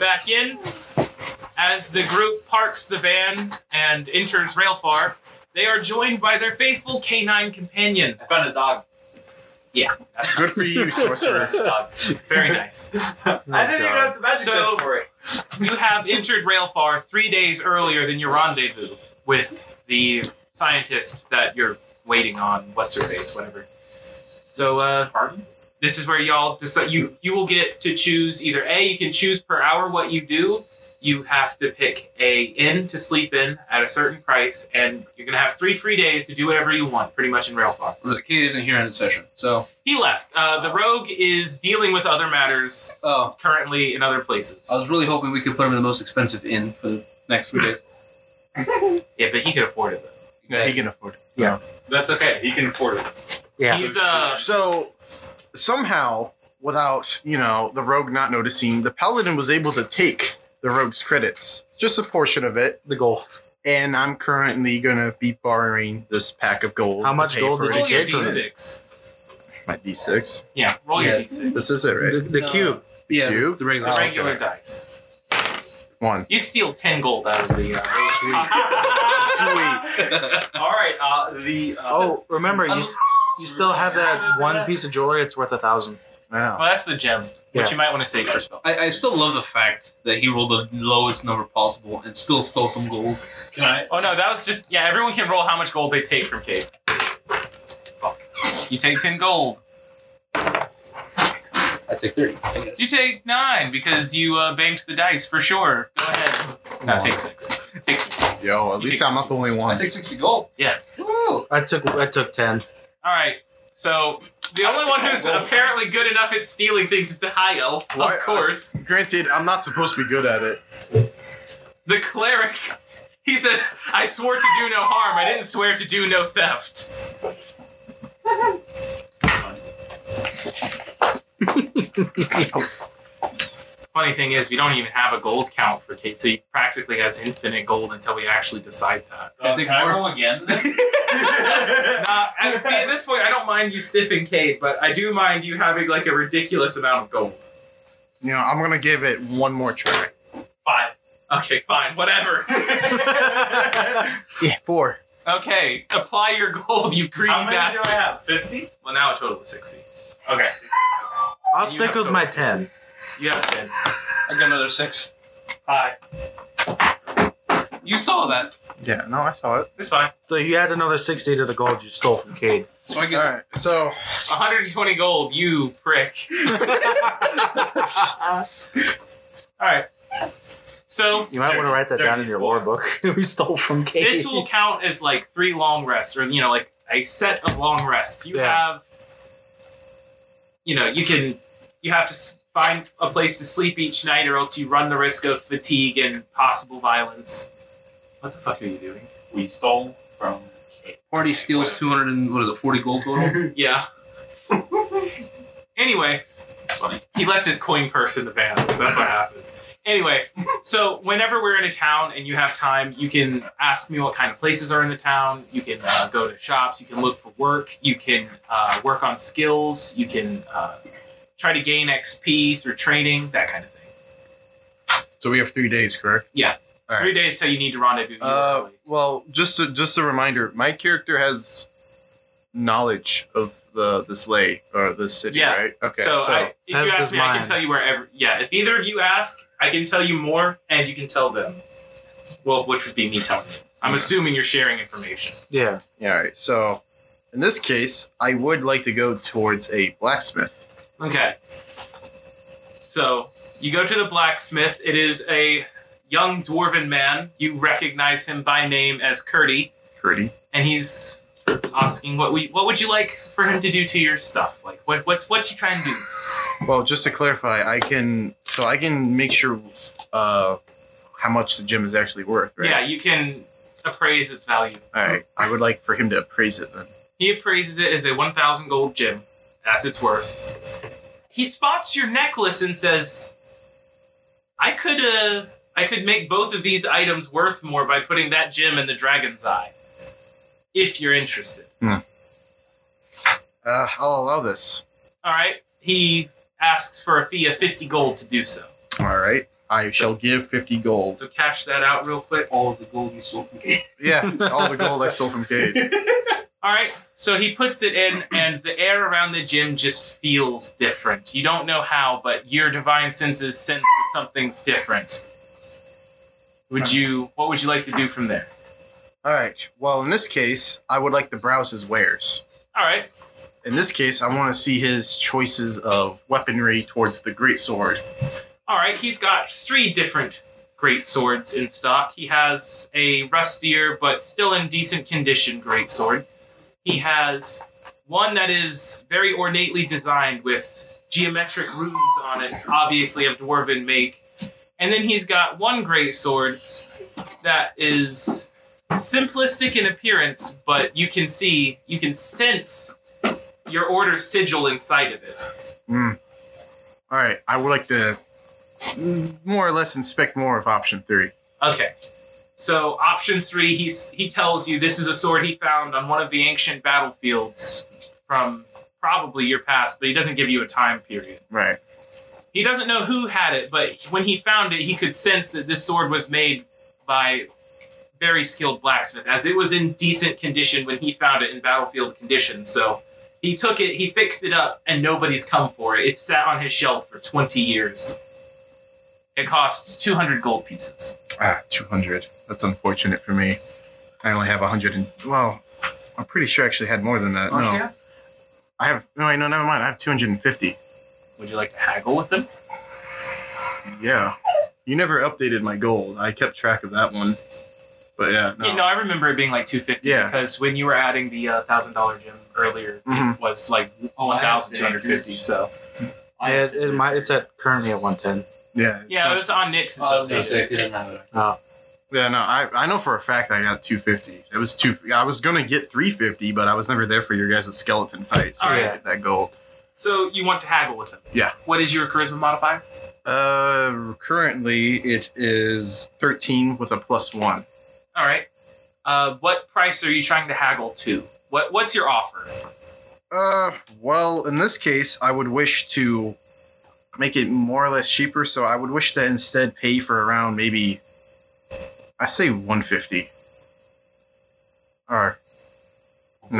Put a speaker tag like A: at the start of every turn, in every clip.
A: back in. As the group parks the van and enters Railfar, they are joined by their faithful canine companion.
B: I found a dog.
A: Yeah.
B: That's
C: Good for you, sorcerer.
B: dog.
A: Uh, Very nice.
D: Oh,
B: I didn't even have the magic
A: So-
B: sense for it.
A: you have entered Railfar three days earlier than your rendezvous with the scientist that you're waiting on. What's her face? Whatever. So uh,
B: Pardon?
A: this is where y'all decide. You you will get to choose either a. You can choose per hour what you do. You have to pick a inn to sleep in at a certain price, and you're gonna have three free days to do whatever you want, pretty much in Railfar.
E: Look, Kate isn't here in the session, so
A: He left. Uh, the rogue is dealing with other matters
E: Oh.
A: currently in other places.
E: I
B: Oh.
E: was really hoping we could put him in the most expensive inn for the next few days.
A: yeah, but he could afford it though.
C: Yeah, he can afford it.
A: That's okay.
B: He can afford it.
D: Yeah.
A: He's uh
C: So somehow, without you know the rogue not noticing, the paladin was able to take the rogue's credits, just a portion of it.
D: The goal.
C: And I'm currently gonna be borrowing this pack of gold.
D: How
C: to
D: much
C: pay
D: gold
C: for
D: did
C: it.
A: roll
D: you
A: your
D: get from it?
A: d6.
C: My D6.
A: Yeah, roll
E: Yeah.
A: your d6.
C: This is it, right?
D: The, the
E: No.
D: cube.
E: Yeah,
C: You?
E: the regular.
A: The
C: Oh, okay.
A: regular dice.
D: Mm-hmm.
C: One.
A: You steal ten gold out of the. Uh,
C: Sweet.
B: All right. Uh, the uh,
D: Oh,
B: that's-
D: remember you
E: I'm-
D: s- you still have that one piece of jewelry. It's worth a thousand.
C: I know.
A: well, that's the gem,
D: Yeah.
A: which you might want to save for spell.
E: I, I still love the fact that he rolled the lowest number possible and still stole some gold.
B: can I?
A: Oh no, that was just yeah. Everyone can roll how much gold they take from Kate. Fuck. You take ten gold.
E: I take thirty. I guess.
A: You take nine because you uh, banked the dice for sure. Go ahead. No,
C: One.
A: take six. Take six.
C: Yo, at least I'm not the only
E: I
C: one.
E: take sixty gold.
A: Yeah.
E: Woo!
D: I took I took ten.
A: All right. So the only one who's apparently good enough at stealing things is the high elf,
C: Why-
A: of course.
C: Granted, I'm not supposed to be good at it.
A: The cleric. He said, I swore to do no harm. I didn't swear to do no theft. Funny thing is, we don't even have a gold count for Kate, so he practically has infinite gold until we actually decide that.
B: Uh,
E: I think
B: can I
E: more.
B: roll again?
A: Nah, Uh, and see, at this point, I don't mind you stiffing Kate, but I do mind you having like a ridiculous amount of gold.
C: You know, I'm gonna give it one more try.
A: Fine. Okay, fine, whatever.
C: Yeah, four.
A: okay, apply your gold, you greedy
B: How many
A: bastard.
B: do I have? Fifty.
A: Well, now a total of 60.
B: Okay.
D: I'll
A: You
D: stick
A: have
D: with
A: to-
D: my ten.
A: You have 10.
E: I got another six.
B: Hi.
E: You saw that,
C: Yeah, no, I saw it.
A: It's fine.
D: So you add another sixty to the gold you stole from Cade.
E: so I
C: All
E: get.
C: right, so
A: 120 gold, you prick. Alright. So,
D: You might want to write that down in your lore book. we stole from Cade.
A: this will count as like three long rests, or, you know, like a set of long rests. You
D: Yeah.
A: have, you know, you can, you have to s- find a place to sleep each night, or else you run the risk of fatigue and possible violence. What the fuck are you doing?
B: We stole from.
E: Party steals two hundred and what is it? Forty gold total.
A: Yeah. anyway,
B: It's funny.
A: he left his coin purse in the van. That's what happened. Anyway, so whenever we're in a town and you have time, you can ask me what kind of places are in the town. You can uh, go to shops. You can look for work. You can uh, work on skills. You can uh, try to gain XP through training, that kind of thing.
C: so we have three days, correct?
A: Yeah.
C: All right.
A: Three days till you need to rendezvous. You
C: Uh,
A: early.
C: well, just a, just a reminder. My character has knowledge of the this lay or this city,
A: Yeah.
C: right? Okay,
A: so
C: so,
A: I, if you
D: As
A: ask
D: does
A: me, I
D: mine.
A: can tell you wherever. Yeah, if either of you ask, I can tell you more, and you can tell them. Well, which would be me telling you. I'm
C: Okay.
A: assuming you're sharing information.
D: Yeah.
C: yeah, all right. So in this case, I would like to go towards a blacksmith.
A: Okay. So you go to the blacksmith. It is a young dwarven man. You recognize him by name as Curdy,
C: Curdy.
A: and he's asking what we what would you like for him to do to your stuff? Like what what's what's you trying to do?
C: Well, just to clarify, I can so I can make sure uh how much the gem is actually worth, right?
A: Yeah, you can appraise its value.
C: All right. I would like for him to appraise it then.
A: He appraises it as a 1,000 gold gem. That's its worth. He spots your necklace and says, "I could, uh, I could make both of these items worth more by putting that gem in the dragon's eye. If you're interested."
C: Uh, I'll allow this.
A: All right. He asks for a fee of 50 gold to do so.
C: All right. I shall give 50 gold.
A: So cash that out real quick.
E: All of the gold you stole from Kate.
C: Yeah, all the gold I stole from Cade.
A: All right. So he puts it in, and the air around the gym just feels different. You don't know how, but your divine senses sense that something's different. Would you? What would you like to do from there?
C: All right. Well, in this case, I would like to browse his wares.
A: All right.
C: In this case, I want to see his choices of weaponry towards the greatsword.
A: All right, he's got three different great swords in stock. He has a rustier but still in decent condition great sword. He has one that is very ornately designed with geometric runes on it, obviously of dwarven make. And then he's got one great sword that is simplistic in appearance, but you can see, you can sense your order sigil inside of it.
C: Hmm. All right. I would like to mm, more or less inspect more of option three.
A: Okay. So option three, he's he tells you this is a sword he found on one of the ancient battlefields from probably your past, but he doesn't give you a time period.
C: Right.
A: He doesn't know who had it, but when he found it, he could sense that this sword was made by very skilled blacksmith, as it was in decent condition when he found it in battlefield condition. So he took it, he fixed it up, and nobody's come for it. It sat on his shelf for twenty years. It costs two hundred gold pieces.
C: Ah, 200. That's unfortunate for me. I only have 100 and well, I'm pretty sure I actually had more than that.
A: Oh,
C: no.
A: yeah?
C: I have no, wait, no, never mind. I have 250.
A: Would you like to haggle with him?
C: Yeah. You never updated my gold. I kept track of that one. But yeah, no.
A: Yeah, no, I remember it being like two fifty
C: Yeah.
A: because when you were adding the uh, thousand dollar gem earlier,
C: Mhm.
A: it was like Oh, one thousand two hundred fifty. So
D: Yeah, it, it might, it's at currently at 110.
C: yeah. it's
A: yeah, it
C: not-
A: was on Nick's. It's
E: I was gonna say
A: updated.
E: if you didn't have it.
C: Yeah, no, I, I know for a fact I got 250. It was two. I was gonna get 350, but I was never there for your guys' skeleton fight, so I
A: Alright.
C: didn't get that gold.
A: So you want to haggle with him?
C: Yeah.
A: What is your charisma modifier?
C: Uh, currently it is 13 with a plus one.
A: All right. Uh, what price are you trying to haggle to? What What's your offer?
C: Uh, well, in this case, I would wish to make it more or less cheaper, so I would wish to instead pay for around maybe, I say 150. Or no,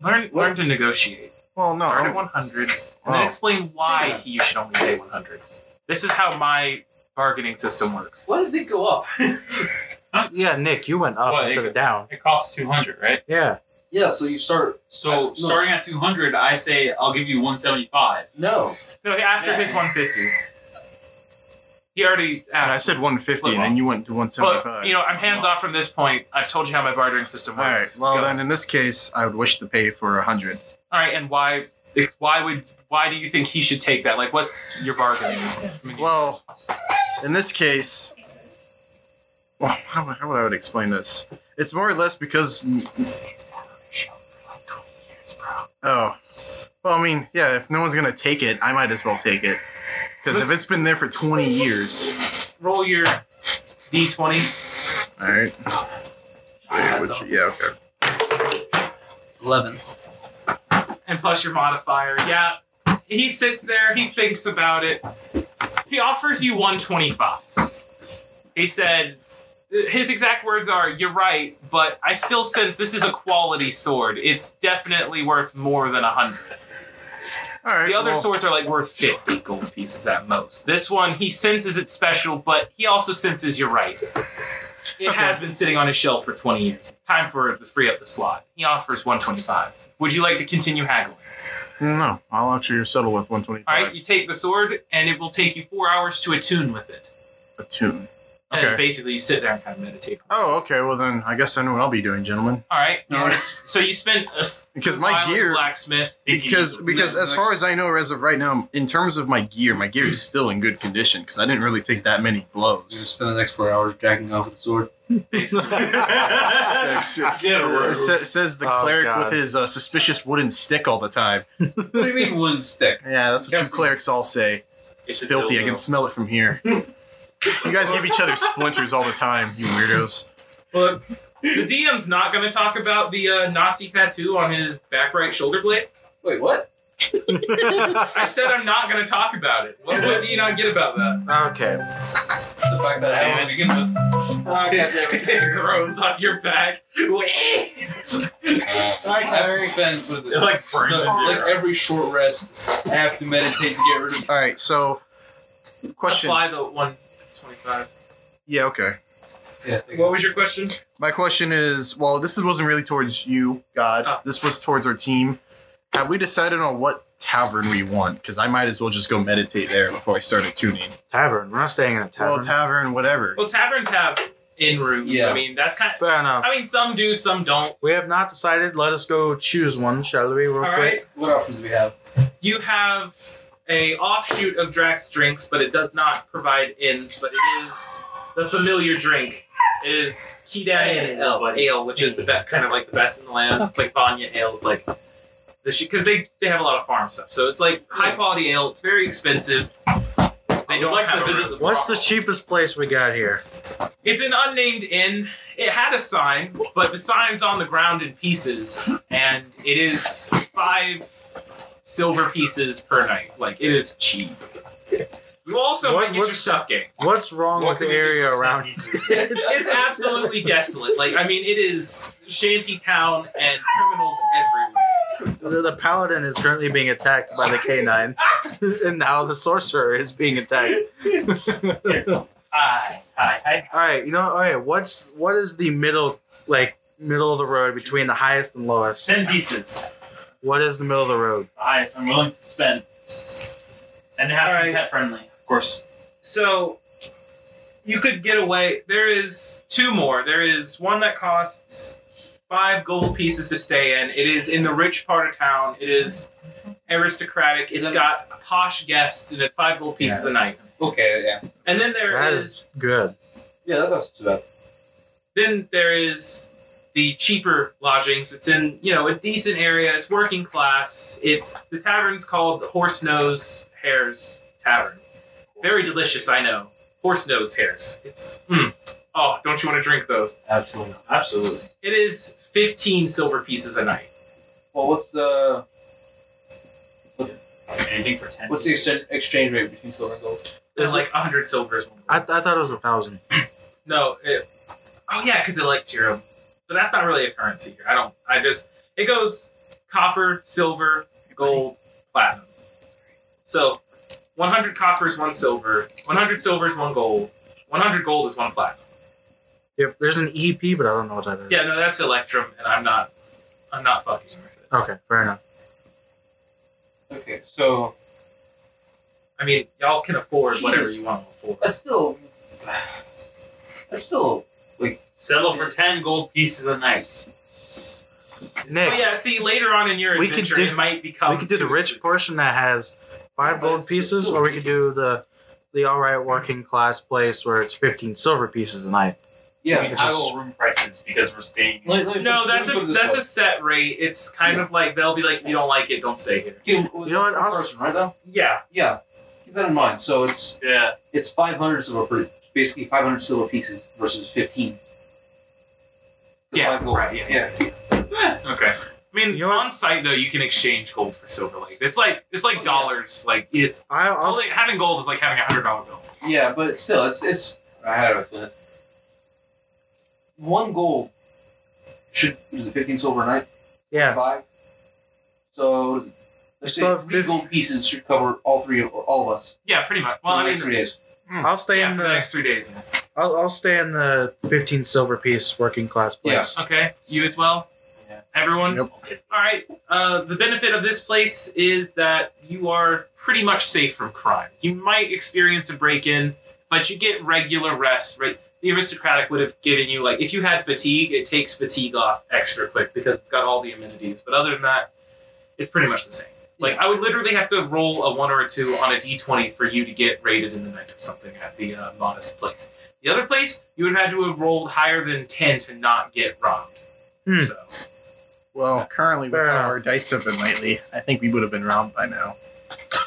A: Learn
C: What?
A: Learn to negotiate.
C: well, no, oh.
A: Start
C: I'm-
A: at one hundred, and
C: Oh.
A: then explain why you should only pay one hundred. This is how my bargaining system works.
E: Why did they go up?
D: Yeah, Nick, you went up
B: What,
D: instead
B: Nick?
D: of down.
B: It costs 200, right?
D: Yeah.
E: yeah, so you start.
B: So
E: Uh, no.
B: starting at 200, I say I'll give you 175.
E: No.
A: No, after
E: Yeah.
A: his one fifty. He already asked.
C: I said 150, and then you went to 175.
A: But you know, I'm hands off from this point. I've told you how my bartering system
C: All right.
A: works.
C: Well,
A: Go.
C: then in this case, I would wish to pay for a hundred.
A: All right, and why? Why would? Why do you think he should take that? Like, what's your bargaining? I mean,
C: Well, in this case, well, how, how would I would explain this? It's more or less because. Oh, well, I mean, yeah. If no one's gonna take it, I might as well take it. Because if it's been there for 20 years,
A: roll your d20.
C: all right. Yeah,
E: That's
C: which- yeah, okay.
E: Eleven.
A: and plus your modifier. Yeah. He sits there, he thinks about it. He offers you 125. He said, his exact words are, You're right, but I still sense this is a quality sword. It's definitely worth more than 100.
C: All right.
A: The other
C: well,
A: swords are like worth 50 gold pieces at most. This one, he senses it's special, but he also senses you're right. It has been sitting on his shelf for 20 years. Time for it to free up the slot. He offers 125. Would you like to continue haggling?
C: No, I'll actually settle with 125.
A: All right, you take the sword, and it will take you four hours to attune with it.
C: A tune.
A: And
C: Okay.
A: basically, you sit there and kind of meditate.
C: Oh, okay. Well, then I guess I know what I'll be doing, gentlemen.
A: All right. you
B: All right.
A: notice- So you spent a
C: Because
A: while
C: my
A: with
C: gear.
A: blacksmith.
C: because because
E: Yeah,
C: as
E: nice.
C: far as I know, as of right now, in terms of my gear, my gear is still in good condition because I didn't really take that many
E: You
C: blows.
E: spend the next four hours jacking off with the sword.
A: Basically.
C: Six.
B: Get
C: It Uh, sa- says the
D: Oh,
C: cleric
D: God.
C: with his uh, suspicious wooden stick all the time.
E: what do you mean wooden stick?
C: Yeah, that's what you
E: Guess-
C: clerics all say. It's,
A: It's a
C: filthy. I
A: dildo.
C: can smell it from here. you guys give each other splinters all the time, you weirdos.
A: Look, the DM's not going to talk about the uh, Nazi tattoo on his back right shoulder blade.
E: Wait, what?
A: I said I'm not going to talk about it. What, what do you not get about that?
D: okay.
E: The fact that I
A: Damn
E: haven't
A: it.
E: begin with.
A: it grows on your back.
E: Uh, I have to spend with
A: It like burns
E: No,
A: into
E: like
A: your-
E: every short rest, I have to meditate to get rid of.
C: All right, so question.
A: Apply the 125.
C: Yeah, okay.
E: Yeah,
A: What was your question?
C: My question is, well, this wasn't really towards you, God.
A: Oh.
C: This was towards our team. Have we decided on what tavern we want? Because I might as well just go meditate there before I started tuning.
D: Tavern. We're not staying in a tavern.
C: Well, tavern, whatever.
A: Well, taverns have in rooms.
E: Yeah.
A: I mean, that's kind of.
D: Fair enough.
A: I mean, some do, some don't.
D: We have not decided. Let us go choose one, shall we? Real
A: All
D: quick.
A: right.
E: what options do we have?
A: You have a offshoot of Drax drinks, but it does not provide inns. But it is the familiar drink. It is Hidan ale, ale, which is the best, kind of like the best in the land. It's like Vanya ale. It's like the because they they have a lot of farm stuff, so it's like high quality ale. It's very expensive. They don't like to visit the
D: What's
A: brothel.
D: the cheapest place we got here?
A: It's an unnamed inn. It had a sign, but the sign's on the ground in pieces, and it is five silver pieces per night. Like it is cheap. You also
D: What-
A: might get your
D: what's-
A: stuff game.
D: What's wrong
A: What
D: with
A: can
D: the
A: we do
D: area
A: for
D: around?
A: It's absolutely desolate. Like I mean, it is shanty town and criminals everywhere.
D: The, the paladin is currently being attacked by the canine, and now the sorcerer is being attacked.
A: Aye, aye, aye.
D: All right, you know, all right. What's what is the middle like middle of the road between the highest and lowest?
B: Ten pieces.
D: What is the middle of the road?
B: The highest I'm willing to spend. And it has to be
A: Alright.
B: pet friendly. Of course.
A: So you could get away. There is two more. There is one that costs five gold pieces to stay in. It is in the rich part of town. It is aristocratic.
E: Is
A: It's
E: that-
A: got posh guests, and it's five gold pieces a night.
E: Okay, yeah,
A: And then there
D: That
A: is,
D: is good.
E: yeah, that's not too bad.
A: then there is the cheaper lodgings. It's in you know a decent area. It's working class. It's the tavern's called Horse Nose Hares Tavern. Very delicious, I know. Horse Nose Hares. It's mm. oh, don't you want to drink those?
E: Absolutely.
B: Absolutely.
A: It is fifteen silver pieces a night.
E: Well, what's the
B: Anything for ten.
E: what's the
B: pieces.
E: exchange, exchanage rate between silver and gold?
A: It's like hundred silvers.
D: I, I thought it was a thousand.
A: No. It, oh yeah, because it liked your. But that's not really a currency here. I don't. I just. It goes copper, silver, gold, platinum. So, 100 copper is one silver. 100 silver is one gold. 100 gold is one platinum.
D: Yep, there's an EP, but I don't know what that is.
A: Yeah, no, that's Electrum, and I'm not. I'm not fucking with it.
D: Okay, fair enough.
E: Okay, so
A: I mean, y'all can afford whatever
E: Jesus.
A: you want to afford.
E: that's still that's still
B: Settle for ten gold pieces a night.
D: Nick,
A: But Oh, yeah, see, later on in your
D: We could
A: adventure,
D: do-
A: it might become.
D: we could do the
A: too
D: rich
A: expensive.
D: portion that has five gold pieces, or we could do the the all right working class place where it's fifteen silver pieces a night.
E: yeah.
B: we
E: it's
B: high
E: just-
B: will room prices because we're staying.
E: let- let me
A: No,
E: put-
A: that's
E: let me
A: a
E: put it this
A: that's
E: way.
A: a set rate. It's kind of like they'll be like, if you don't like it, don't stay here.
E: Give- well,
D: You know what,
E: per
D: I'll s-
E: Person, right though?
A: Yeah,
E: Yeah, keep that in mind. So it's
B: Yeah.
E: it's five hundred silver per, basically five hundred silver pieces versus fifteen. The
A: Yeah,
E: five gold.
A: right, yeah.
E: yeah.
A: Okay. Eh. I mean,
D: You know what?
A: on site though, you can exchange gold for silver. Like it's like it's like
E: Oh, yeah.
A: dollars. Like it's
D: I also
A: only, having gold is like having a hundred dollar bill.
E: Yeah, but it's still, it's it's. I had to explain this. One gold should was it fifteen silver a night?
D: yeah.
E: Five. So what is it? Let's
D: still
E: say
D: have
E: three
D: fif-
E: gold pieces should cover all three of all of us
A: Yeah, pretty much.
E: for
A: Well,
E: the
A: I mean,
E: next three days.
D: I'll stay
A: yeah,
D: in
A: for
D: the,
A: the next three days.
D: I'll, I'll stay in the fifteen silver piece working class place.
A: Okay, you as well.
E: Yeah.
A: Everyone.
C: Yep.
A: All right. Uh, the benefit of this place is that you are pretty much safe from crime. You might experience a break-in, but you get regular rest. Right. The aristocratic would have given you like if you had fatigue, it takes fatigue off extra quick because it's got all the amenities. But other than that, it's pretty much the same. Like I would literally have to roll a one or a two on a d20 for you to get rated in the night or something at the uh, modest place. The other place, you would have had to have rolled higher than 10 to not get robbed.
D: Hmm.
A: So,
C: Well, currently with
D: Fair
C: how
D: enough.
C: our dice have been lately, I think we would have been round by now.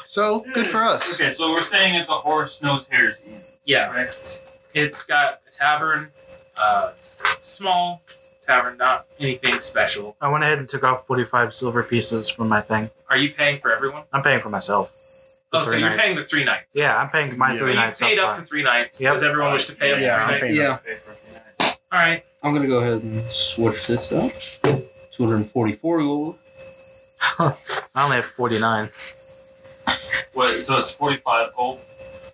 C: So good for us.
B: Okay, so we're staying at the Horse Nose Hares Inn.
A: Yeah.
B: Right.
A: it's got a tavern, uh, small tavern, not anything special.
D: I went ahead and took off 45 silver pieces from my thing.
A: Are you paying for everyone?
D: I'm paying for myself. The
A: Oh, so
D: three
A: you're
D: nights.
A: paying the three nights.
D: Yeah, I'm paying my
C: Yeah.
A: So
D: three
A: you
D: nights.
A: paid
D: up
A: up for
D: front.
A: three nights.
D: Yep.
A: Does everyone wish to pay up
C: Yeah,
A: for
C: I'm
A: three nights?
E: Yeah.
A: All right.
E: I'm gonna go ahead and switch this up. 244 gold.
D: I only have 49.
B: What, so it's 45 gold.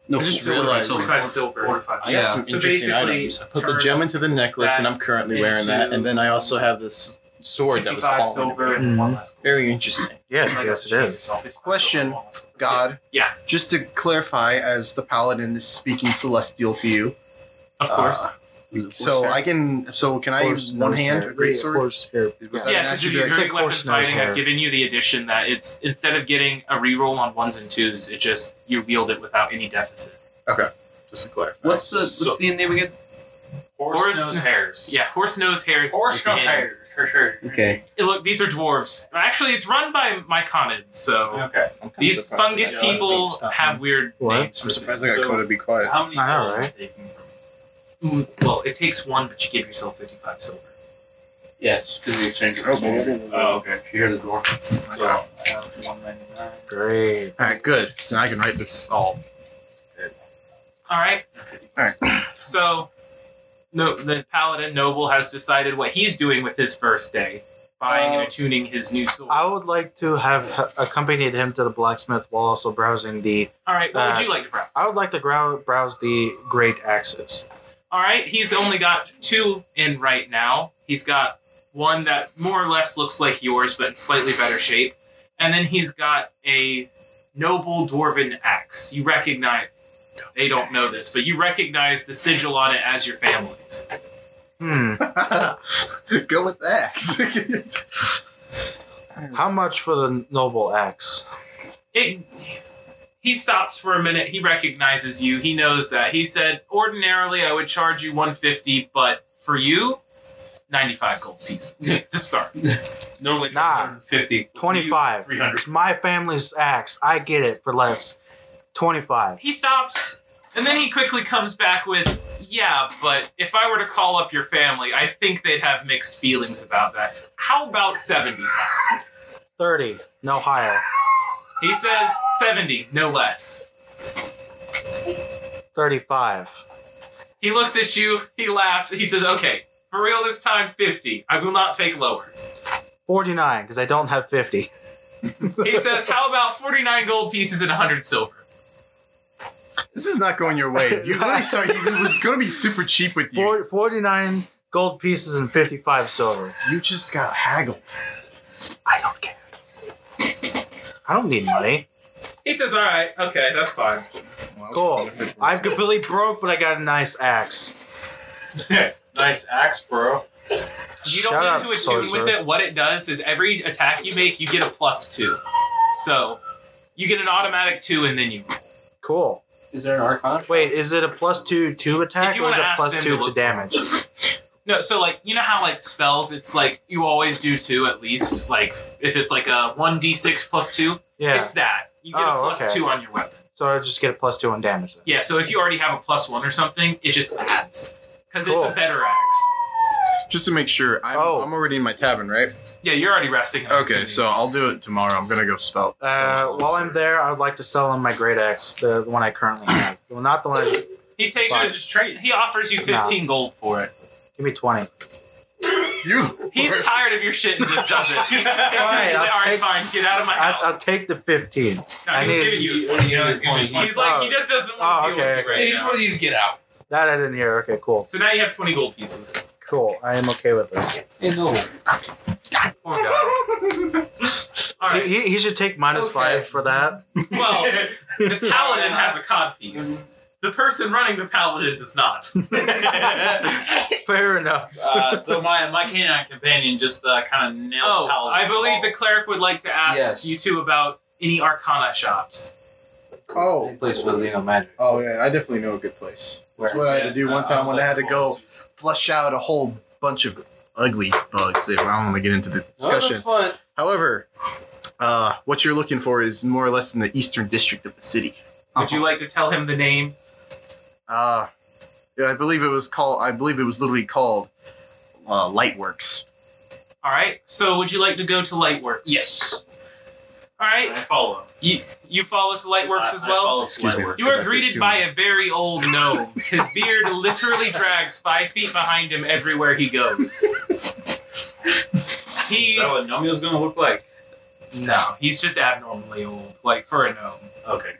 E: No,
F: I just
E: silver,
F: realized-
E: silver.
A: Forty-five silver.
B: 45.
F: I got
A: Yeah.
F: some
A: So
F: interesting
A: basically,
F: items. I put the
A: turn
F: gem into the necklace, and I'm currently wearing that.
A: into-
F: And then I also have this sword that was
A: Fifty-five
F: falling.
A: silver
D: it.
A: and one last gold.
F: Very interesting.
D: Yes, Mm. yes, it is.
C: Question. God.
A: Yeah.
C: Just to clarify, as the paladin is speaking celestial to you,
A: Of
C: Uh,
A: course.
C: so I can. So can I use one hand a great sword?
D: Horse hair.
C: Was
A: Yeah,
C: that an
A: because
C: extra
A: if you're
C: action?
A: doing
D: Of
A: weapon
D: course knows
A: fighting,
D: her.
A: I've given you the addition that it's instead of getting a reroll on ones and twos, it just you wield it without any deficit.
C: Just to clarify.
E: What's the what's
B: So-
E: the name again?
B: Horse,
A: Horse-
B: nose hairs.
A: Yeah, horse nose hairs.
B: Horse nose
A: and-
B: hairs. Sure, sure.
E: Okay.
A: Hey, Look, these are dwarves. Actually, it's run by my conids, so
B: Okay.
F: I'm kinda
A: these
F: surprised
A: fungus
F: that I
A: people
F: didn't stop
A: have weird
D: What?
A: names.
C: I'm
A: for
C: surprised I
A: things.
C: got
B: So-
C: Coda to be quiet.
B: How many
D: All
B: gold is
D: right.
B: it taking from me?
A: Mm, Well, it takes one, but you give yourself fifty-five silver.
E: Yes, because the exchange.
B: Oh, okay.
E: You hear the door.
B: So I have
D: Uh,
B: 199.
D: Great.
C: All right, good. So now I can write this all.
A: All right.
C: All
A: So, no, the paladin noble has decided what he's doing with his first day, buying and
D: Uh,
A: attuning his new sword.
D: I would like to have h- accompanied him to the blacksmith while also browsing the.
A: All right. What
D: uh,
A: would you like to browse?
D: I would like to grow- browse the great axes.
A: All right, he's only got two in right now. He's got one that more or less looks like yours, but in slightly better shape. And then he's got a noble dwarven axe. You recognize, they don't know this, but you recognize the sigil on it as your family's.
D: Hmm.
C: Go with that.
D: How much for the noble axe?
A: It, he stops for a minute. He recognizes you. He knows that. He said, ordinarily, I would charge you 150, but for you, 95 gold pieces to start.
B: Normally,
D: Nah.
B: 50.
D: 25.
B: 300.
D: It's my family's axe. I get it for less. 25.
A: he stops and then he quickly comes back with yeah but if i were to call up your family i think they'd have mixed feelings about that how about 70
D: 30. No higher.
A: he says 70 no less
D: 35.
A: he looks at you he laughs he says okay for real this time 50 i will not take lower
D: 49, because I don't have 50.
A: he says how about 49 gold pieces and 100 silver
C: this is not going your way. You really start. It was going to be super cheap with you.
D: Four- 49 gold pieces and 55 silver.
C: You just got haggled.
D: I don't care. I don't need money.
A: he says all right okay that's fine
D: Cool. I'm completely broke, but I got a nice axe.
B: Nice axe, bro.
A: you don't
D: Shut
A: need
D: up,
A: to attune
D: sorcerer.
A: with it what it does is every attack you make you get a plus two so you get an automatic two and then you
D: Cool.
E: Is there an archon?
D: Wait, is it a plus two to attack
A: you
D: or is
A: wanna
D: it
A: ask
D: plus
A: them
D: two
A: to
D: to
A: look-
D: damage?
A: No, so like you know how like spells, it's like you always do two at least. Like if it's like a one d six plus two,
D: Yeah.
A: it's that you get
D: Oh,
A: a plus
D: okay.
A: two on your weapon.
D: So I just get a plus two on damage then.
A: Yeah, so if you already have a plus one or something, it just adds because it's
D: Cool.
A: a better axe.
C: Just to make sure, I'm,
D: Oh.
C: I'm already in my tavern, right?
A: Yeah, you're already resting. an
C: Okay,
A: opportunity.
C: so I'll do it tomorrow. I'm gonna go spell.
D: Uh, while I'm there, I would like to sell him my great axe, the, the one I currently have. Well, not the one. I, give
A: he takes
D: Fine.
A: it. Just trade. He offers you fifteen gold for it.
D: me twenty.
C: you.
A: He's tired of your shit and just does it. He just takes it,
D: Fine,
A: he's like,
D: I'll
A: all right,
D: take-
A: fine, get out of my
D: I,
A: house.
D: I'll take the fifteen.
A: no,
D: I
A: he was
D: need-
A: giving you.
B: He's
A: a
B: giving
A: 20.
B: you his
D: Oh,
B: 20.
A: He's like he just doesn't want
D: Oh,
A: to deal with
D: okay,
A: you right
E: They just
A: now.
E: wanted you to get out.
D: That I didn't hear. Okay, cool,
A: So now you have twenty gold pieces.
D: cool. I am okay with this.
E: Hey, no.
A: Poor guy. All right.
D: He, he, he should take minus
E: Okay.
D: five for that.
A: Well, the paladin has a codpiece. The person running the paladin does not.
D: Fair enough.
B: uh, so my my canine companion just uh, kind of nailed.
A: Oh,
B: Paladin
A: I believe the
B: balls.
A: cleric would like to ask
E: Yes.
A: you two about any arcana shops.
E: Any
C: Oh,
E: place with you know magic.
C: oh yeah, I definitely know a good place. That's
E: Where?
C: what I had to do one
B: uh,
C: time when I had to
B: balls.
C: go flush out a whole bunch of ugly bugs. I don't want to get into this discussion.
E: Oh, that's fun.
C: However, uh, what you're looking for is more or less in the eastern district of the city.
A: Would
E: Uh-huh.
A: you like to tell him the name?
C: Uh, yeah, I believe it was called. I believe it was literally called uh, Lightworks.
A: All right. So would you like to go to Lightworks?
E: Yes.
A: All right.
B: I follow.
A: You follow to Lightworks
B: I-
A: as
B: I
A: well.
B: follow
C: Excuse me.
B: Lightworks.
A: You are
C: Connected
A: greeted
C: to
A: by a very old gnome. His beard literally drags five feet behind him everywhere he goes.
B: Is
A: He
B: that what Nomio's gonna look like?
A: no, he's just abnormally old, like for a gnome.
B: Okay.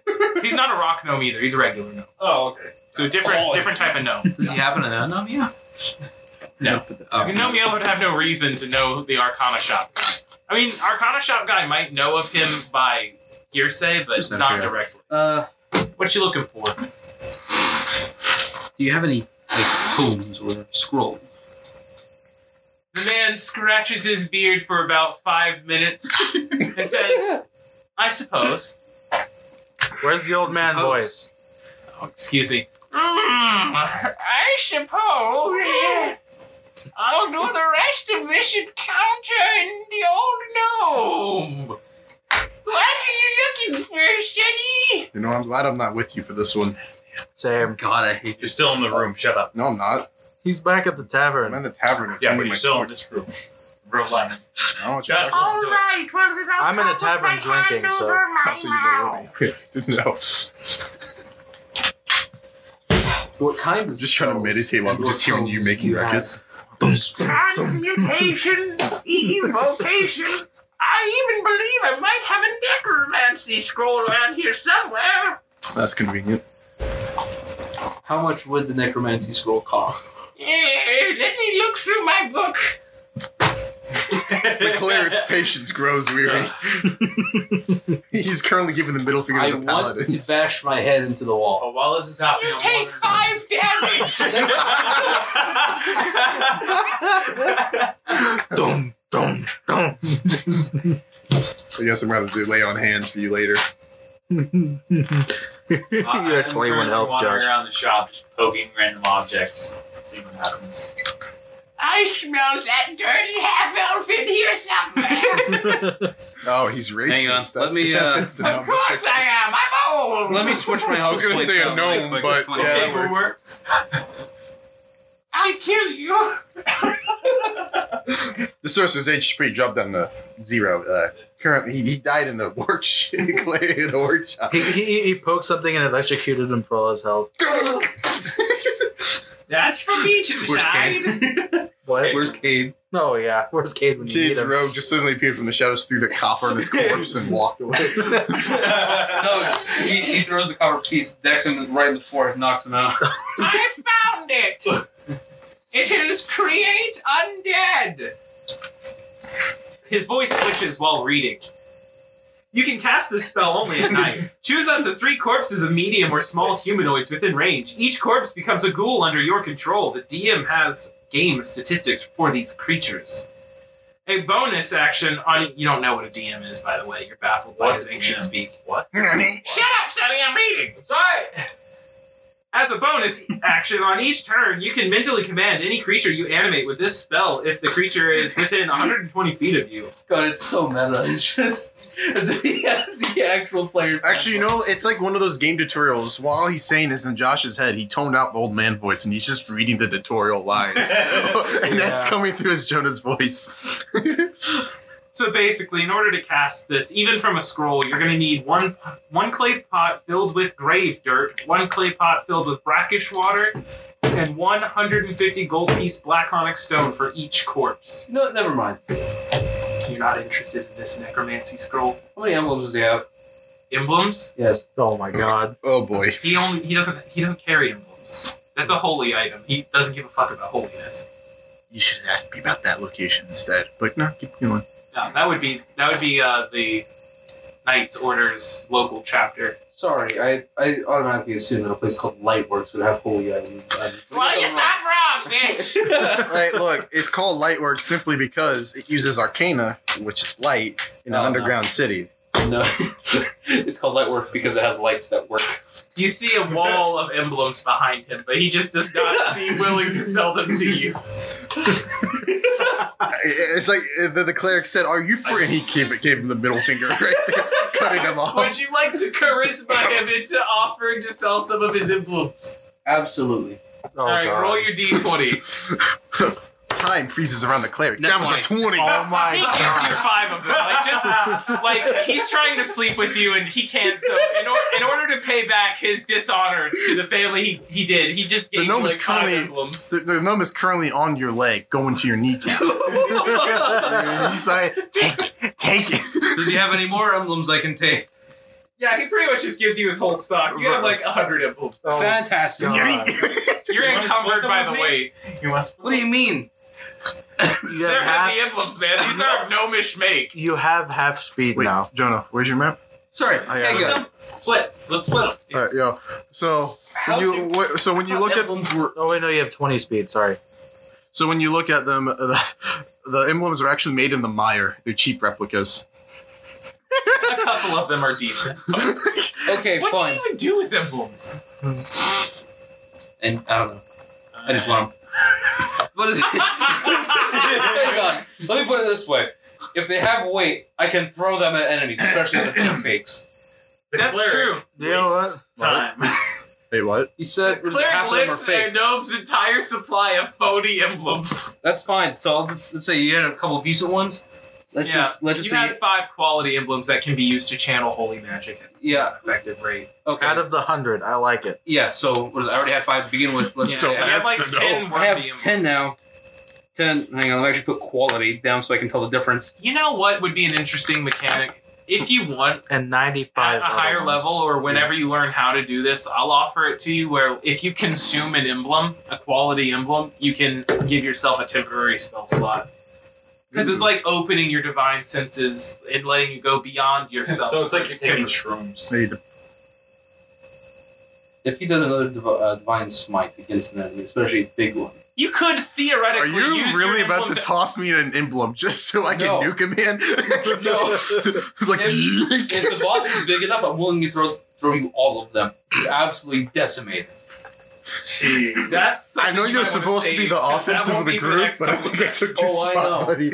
A: He's not a rock gnome either. He's a regular gnome.
B: Oh, okay.
A: So different, different type of gnome.
G: Does he happen to know Nomia?
A: No.
G: Okay.
A: Gnomeo would have no reason to know the Arcana Shop guy. I mean, Arcana Shop guy might know of him by hearsay, but
G: Just out of
A: not
G: curiosity.
A: directly.
G: Uh,
A: What you looking for?
G: do you have any like tomes or scrolls?
A: The man scratches his beard for about five minutes and says, I suppose.
D: Where's the old man
G: Suppose.
D: voice?
A: Oh, excuse me. "Mm, I suppose I'll do the rest of this encounter in the old gnome. What are you looking for, Sonny?
C: You know, I'm glad I'm not with you for this one.
D: Same.
G: God, I hate
B: You're still in the room. Shut up.
C: No, I'm not.
D: He's back at the
C: I'm in
D: tavern.
C: the tavern.
B: Yeah,
C: I'm
B: but
C: my
B: you're still
C: sword.
B: in this room. Real life.
C: No, it's
B: Shut
C: backwards.
B: up.
H: right. Well, then I'll
D: I'm in a
H: come with
D: tavern
H: my hand
D: drinking, so-
H: over my
C: So you
H: mouth.
C: better know.
G: What kind of?
C: Just trying to
G: spells
C: meditate while
G: and
C: I'm
G: what
C: just hearing you
G: tomes
C: making
G: do have?
C: ruckus.
H: Transmutation, evocation.
A: I even believe I might have a necromancy scroll around here somewhere.
C: That's convenient.
G: How much would the necromancy scroll cost?
A: Eh, let me look through my book.
C: The cleric's patience grows weary. He's currently giving the middle finger
G: I
C: to the
G: want
C: paladin.
G: to bash my head into the wall.
B: Oh, while this is happening,
A: You
B: I'm
A: take five damage.
B: wondering-
D: Dum dum dum.
C: I guess I'm gonna have to do lay on hands for you later.
D: you
B: Uh, I'm
D: got 21
B: currently
D: health,
B: wandering
D: Josh.
B: around the shop, just poking random objects, seeing what happens.
A: I smell that dirty half elf in here somewhere.
C: Oh, he's racist.
G: Hang on,
C: That's
G: let me,
C: good.
G: uh,
C: That's the
A: of
C: numbers.
A: course I am. I'm old.
G: Let me switch my
C: I was gonna say a gnome, but yeah, that works.
A: I kill you.
C: The sorcerer's HP dropped down to zero. Uh, currently, he, he died in a workshop. in a workshop.
D: He, he, he poked something and electrocuted him for all his health.
A: That's for me to
G: Where's
A: decide.
G: Cade?
D: What?
G: Where's Cade?
D: Oh yeah, where's Cade when you need
C: Kids
D: him?
C: Rogue just suddenly appeared from the shadows, threw the copper in his corpse, and walked away.
G: No,
E: he, he throws the copper piece, decks him right in the forehead, knocks him out.
A: I found it. It is create undead. His voice switches while reading. You can cast this spell only at night. Choose up to three corpses of medium or small humanoids within range. Each corpse becomes a ghoul under your control. The DM has game statistics for these creatures. A bonus action on you don't know what a DM is, by the way. You're baffled by
B: What's
A: his
B: a
A: ancient
B: DM?
A: speak. What? Shut up, Sonny, I'm reading!
B: Sorry.
A: As a bonus action on each turn, you can mentally command any creature you animate with this spell if the creature is within 120 feet of you.
G: God, it's so meta. It's just as if he has the actual players.
C: Actually, you know, it's like one of those game tutorials. While he's saying this in Josh's head, he toned out the old man voice and he's just reading the tutorial lines. and that's
D: Yeah.
C: coming through as Jonah's voice.
A: So basically, in order to cast this, even from a scroll, you're going to need one one clay pot filled with grave dirt, one clay pot filled with brackish water, and 150 gold piece black onyx stone for each corpse.
G: No, never mind.
A: You're not interested in this necromancy scroll
G: How many emblems does he have?
A: emblems?
G: Yes.
D: Oh my god.
C: Oh boy.
A: He only he doesn't he doesn't carry emblems. That's a holy item. He doesn't give a fuck about holiness.
C: You should ask me about that location instead. But no, keep going.
A: No, that would be that would be uh, the Knights Order's local chapter.
G: Sorry, I, I automatically assume that a place called Lightworks would have holy items.
A: Well, you're not wrong, bitch.
C: All right, look, it's called Lightwork simply because it uses Arcana, which is light, in
G: Oh,
D: Uh-huh.
C: an
G: no.
C: underground city.
G: No.
E: it's called Lightwork because it has lights that work.
A: you see a wall of emblems behind him, but he just does not seem willing to sell them to you.
C: I- I- It's like uh, the, the cleric said, "Are you?" Free? And he gave, gave him the middle finger right there, cutting him off.
A: Would you like to charisma him into offering to sell some of his emblems?
G: Absolutely.
D: Oh
A: All right,
D: god.
A: roll your d20.
C: time freezes around the cleric.
A: That's
C: that was a 20.
D: Oh my
A: he gives you
D: god.
A: five of them. Like
D: Oh,
A: just like he's trying to sleep with you and he can't. So in, or, in order to pay back his dishonor to the family he, he did, he just
C: The
A: gave you
C: gnome is
A: like five
C: currently-
A: emblems.
C: So the gnome is currently on your leg, going to your kneecap. And He's like, take it, take it.
I: Does he have any more emblems I can take?
A: Yeah, he pretty much just gives you his whole stock. You have like a hundred emblems.
D: Oh,
I: Fantastic.
D: God.
A: You're
I: You wanna
A: encumbered
I: split them
A: by
I: with
A: the
I: me?
A: weight. You must.
I: What do you mean?
D: You
A: They're
D: have half,
A: heavy emblems, man. These are of gnomish make.
D: you have half speed
C: Wait,
D: now.
C: Jonah, where's your map?
I: Sorry.
C: I
I: take
C: got
I: it.
A: Split. Let's split them.
C: All right, yo. So
A: How
C: when you wh- so when you look at
D: Oh wait, no, you have twenty speed. Sorry.
C: so when you look at them, uh, the, the emblems are actually made in the mire. They're cheap replicas.
A: a couple of them are decent.
B: Okay,
A: What do
B: fine.
A: you even do with emblems?
B: And I don't
I: um,
B: know. I just want them. What is it? Hang on. Let me put it this way. If they have weight, I can throw them at enemies, especially if they're fakes.
A: That's true.
D: You know what?
A: Time.
C: Wait, what?
B: You said was it half
A: Cleric
B: of them are
A: lives their
B: fake.
A: gnome's entire supply of phony emblems.
B: That's fine. So I'll just let's say you had a couple decent ones. Let's
A: Yeah.
B: just let's just
A: you
B: say
A: had five quality emblems that can be used to channel holy magic at
B: Yeah.
A: an effective rate.
B: okay.
D: Out of the hundred, I like it.
B: yeah. So what is it? I already had five to begin with. Let's
A: yeah,
B: just
A: so you
B: say
A: had like
C: the
A: ten
B: I
A: worthy
B: have
A: emblems.
B: ten now. Ten. Hang on. Let me actually put quality down so I can tell the difference.
A: You know what would be an interesting mechanic? If you want
D: And
A: at
D: ninety-five.
A: a higher
D: other ones.
A: level or whenever you learn how to do this, I'll offer it to you where if you consume an emblem, a quality emblem, you can give yourself a temporary spell slot. Because it's like opening your divine senses and letting you go beyond yourself.
I: So it's like you're taking
A: Temporary.
I: shrooms.
C: Made in
G: If he does another div- uh, divine smite against an enemy, especially a big one,
A: You could
C: Are
A: theoretically.
C: you
A: use
C: really
A: your
C: about
A: emblem
C: to toss me an emblem just so I can
B: No.
C: nuke a man?
B: No.
C: like,
B: If- If the boss is big enough, I'm willing to throw throw you all of them. You absolutely decimate.
A: Gee, that's.
C: I
A: something
C: know
A: you
C: you're
A: might wanna
C: supposed to be
A: save,
C: the
A: 'cause that
C: offensive
A: won't
C: of the
A: be for
C: group,
A: next
C: but I
A: couple
C: think I
A: seconds.
C: took your
B: Oh, I know.
C: spot, buddy.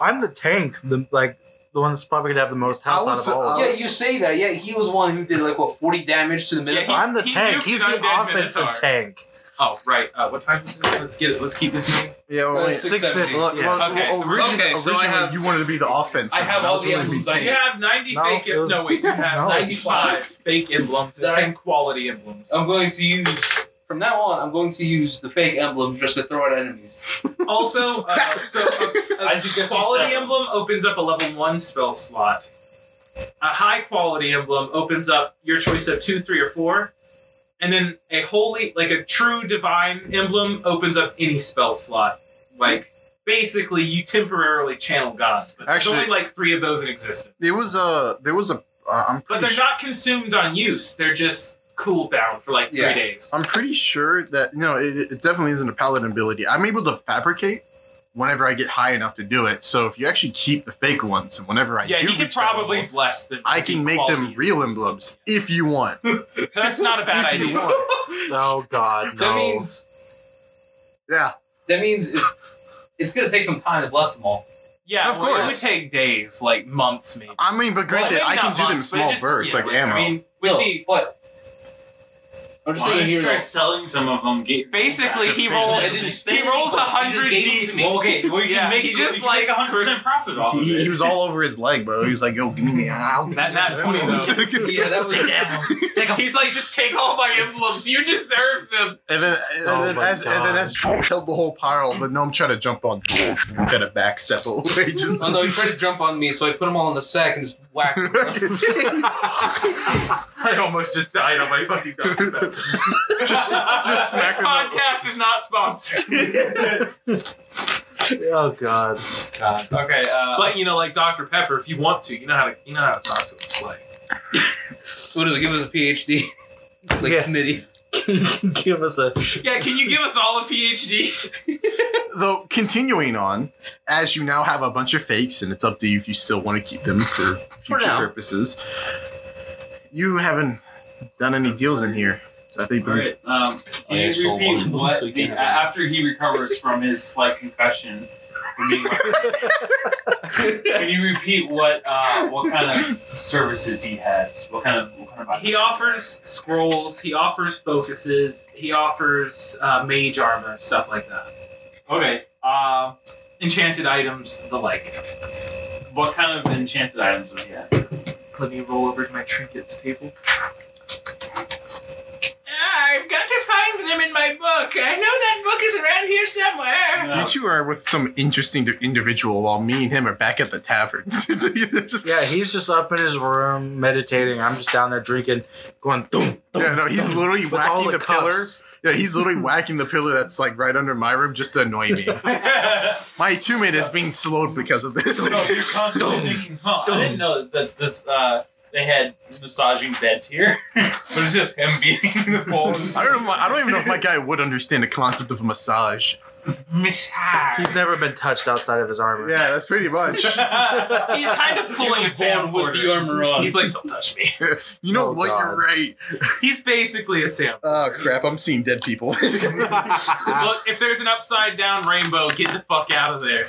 D: I'm the tank. The like the one that's probably gonna have the most health
C: I was-
D: out of all.
C: I
D: of
B: uh, Yeah,
D: us.
B: you say that. Yeah, he was one who did like what forty damage to the
A: Yeah,
B: Minotaur.
A: he-
D: I'm the tank.
A: nuked
D: He's
A: an
D: the
A: undead
D: offensive
A: Minotaur.
D: tank.
A: Oh right. Uh, what time is it? Let's get it. Let's keep this moving.
C: Yeah, well,
B: That's
C: wait.
B: six-
D: Six fifty.
C: Well,
D: yeah.
C: well,
A: Okay, so-
C: origi-
B: okay, so I
C: originally
B: have-
C: you wanted to be the offense.
B: I have all the emblems I
A: You
B: need.
A: have 90
D: No,
A: fake
D: it
A: emblems.
D: was-
A: No, wait. You have
D: No.
A: 95 fake emblems and
B: That I-
A: 10 quality emblems.
B: I'm going to use from now on. I'm going to use the fake emblems just to throw at enemies.
A: Also, uh, so a,
I: I
A: a
I: suggest you
A: quality
I: sell.
A: emblem opens up a level 1 spell slot. A high quality emblem opens up your choice of 2, 3, or 4. And then a holy, like a true divine emblem opens up any spell slot. Like, basically, you temporarily channel gods, but
C: Actually-
A: there's only like three of those in existence.
C: It was a. There was a. Uh, I'm
A: But
C: pretty.
A: they're
C: su-
A: not consumed on use. They're just cooled down for like three
B: Yeah.
A: days.
C: I'm pretty sure that no, it, it definitely isn't a paladin ability. I'm able to fabricate whenever I get high enough to do it. So if you actually keep the fake ones, and whenever I
A: yeah,
C: do
A: you could
C: reach that
A: probably
C: level,
A: bless them.
C: I
A: to be
C: can make them
A: quality
C: real
A: emblems.
C: emblems if you want.
A: So that's not a bad
C: If you
A: idea.
C: want.
D: Oh god, no.
B: That means
C: Yeah,
B: that means if, it's going to take some time to bless them all.
A: Yeah,
C: Of
A: well, it would
B: course.
A: take days, like months, maybe.
C: I mean, but
B: Well,
C: granted,
A: Maybe
C: I can
A: not
C: do them
A: months, but
C: small
A: just-
C: bursts,
A: yeah,
C: like ammo.
A: I mean, with
B: No,
A: the
B: but I'm just
I: Why
B: saying
I: don't you
B: here.
I: try selling some of them? Get
A: basically he
C: Yeah,
A: rolls
B: I didn't spend
A: he rolls a
B: anything. You
A: hundred
B: just gave them to
A: d.
B: me.
I: okay, well you
A: Yeah,
I: can make
A: he just
I: you can make
A: like-
I: 100 percent profit off of
C: He, he
I: it.
C: was all over his leg, bro. He was like, "Yo, give me the I'll give
A: That-
C: you
A: that
C: the
A: 20
C: emblems."
B: Yeah, that was
A: He's like, just take all my emblems. You deserve them.
C: And then, and
D: Oh
C: then
D: my
C: as and then
D: God.
C: as held the whole pile, the gnome tried to jump on. Got a backstep away. Just
B: Oh no, he tried to jump on me, so I put him all in the sack and just whacked him.
A: I almost just died on my fucking document.
C: just, just
A: this
C: smack him. up.
A: podcast is not sponsored.
D: Oh god.
I: God.
A: Okay, uh, but you know, like Dr. Pepper, if you want to, you know how to, you know how to talk to us. Like,
B: So what does it give us a PhD? like
D: Yeah.
B: Smitty.
D: you can give us a
A: yeah, can you give us all a PhD?
C: Though continuing on, as you now have a bunch of fakes, and it's up to you if you still want to keep them for future
B: now.
C: purposes. You haven't done any deals in here. So I think
I: All right. Um,
G: Oh,
I: can
G: yeah, I
I: you
G: stole one of
I: repeat
G: them,
I: what
G: so you
I: the,
G: can't have it.
I: after he recovers from his slight concussion? From being can you repeat what uh, what kind of services he has? What kind of what kind of
A: He offers scrolls. He offers focuses. He offers uh, mage armor, stuff like that.
I: Okay. Um,
A: Enchanted items, the like.
I: what kind of enchanted items does he have?
A: Let me roll over to my trinkets table. Ah, I've got to find them in my book. I know that book is around here somewhere.
I: No.
C: You two are with some interesting individual, while me and him are back at the tavern. It's just-
D: Yeah, he's just up in his room meditating. I'm just down there drinking, going boom.
C: yeah, no, he's literally
D: With all
C: whacking
D: the,
C: the, pillar.
D: cups.
C: Yeah, he's literally whacking the pillar that's like right under my room just to annoy me. My two minute is being slowed because of this.
I: So you're constantly thinking, huh, I didn't know that this, uh, they had massaging beds here. but it's just him beating the pole.
C: I don't know. I don't even know if my guy would understand the concept of a massage.
A: Mishag.
D: He's never been touched outside of his armor.
C: Yeah, that's pretty much.
A: He's kind of
B: He
A: pulling a
B: was
A: Sam
B: born with
A: Porter.
B: the armor on.
A: He's like, don't touch me.
C: You know
D: Oh,
C: what? You're
D: God.
C: right.
A: He's basically a Sam.
C: Oh crap! I'm seeing dead people. Ah.
A: Look, if there's an upside down rainbow, get the fuck out of there.